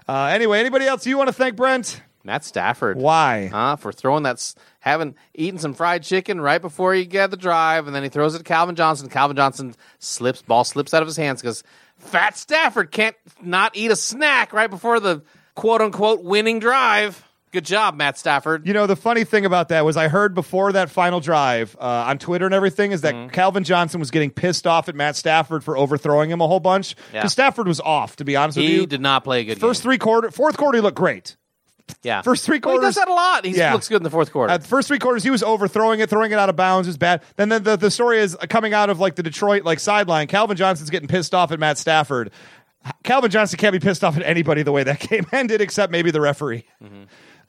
Speaker 2: Uh, anyway, anybody else you want to thank, Brent?
Speaker 3: Matt Stafford.
Speaker 2: Why?
Speaker 3: Huh? For throwing that, s- having eaten some fried chicken right before you get the drive, and then he throws it to Calvin Johnson. Calvin Johnson slips, ball slips out of his hands because Fat Stafford can't not eat a snack right before the quote unquote winning drive. Good job, Matt Stafford.
Speaker 2: You know, the funny thing about that was I heard before that final drive uh, on Twitter and everything is
Speaker 3: Mm-hmm.
Speaker 2: that Calvin Johnson was getting pissed off at Matt Stafford for overthrowing him a whole bunch.
Speaker 3: Yeah.
Speaker 2: Because Stafford was off, to be honest with
Speaker 3: He
Speaker 2: you.
Speaker 3: did not play a good
Speaker 2: First
Speaker 3: game.
Speaker 2: three quarter, fourth quarter, he looked great.
Speaker 3: yeah,
Speaker 2: first three
Speaker 3: Well, he does
Speaker 2: quarters-
Speaker 3: that a lot. He
Speaker 2: Yeah.
Speaker 3: looks good in the fourth quarter.
Speaker 2: At the first three quarters, he was overthrowing it, throwing it out of bounds is bad. Then the, the, the story is uh, coming out of like the Detroit like sideline. Calvin Johnson's getting pissed off at Matt Stafford. Calvin Johnson can't be pissed off at anybody the way that game ended, except maybe the referee.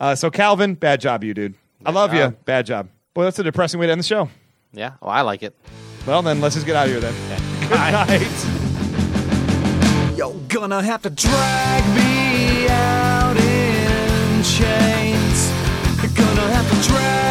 Speaker 2: Uh, so Calvin, bad job, you dude. I love you. Bad job. Boy, that's a depressing way to end the show.
Speaker 3: yeah, oh, I like it.
Speaker 2: Well, then let's just get out of here then. Good night.
Speaker 1: You're gonna have to drag me out in chains. You're gonna have to drag.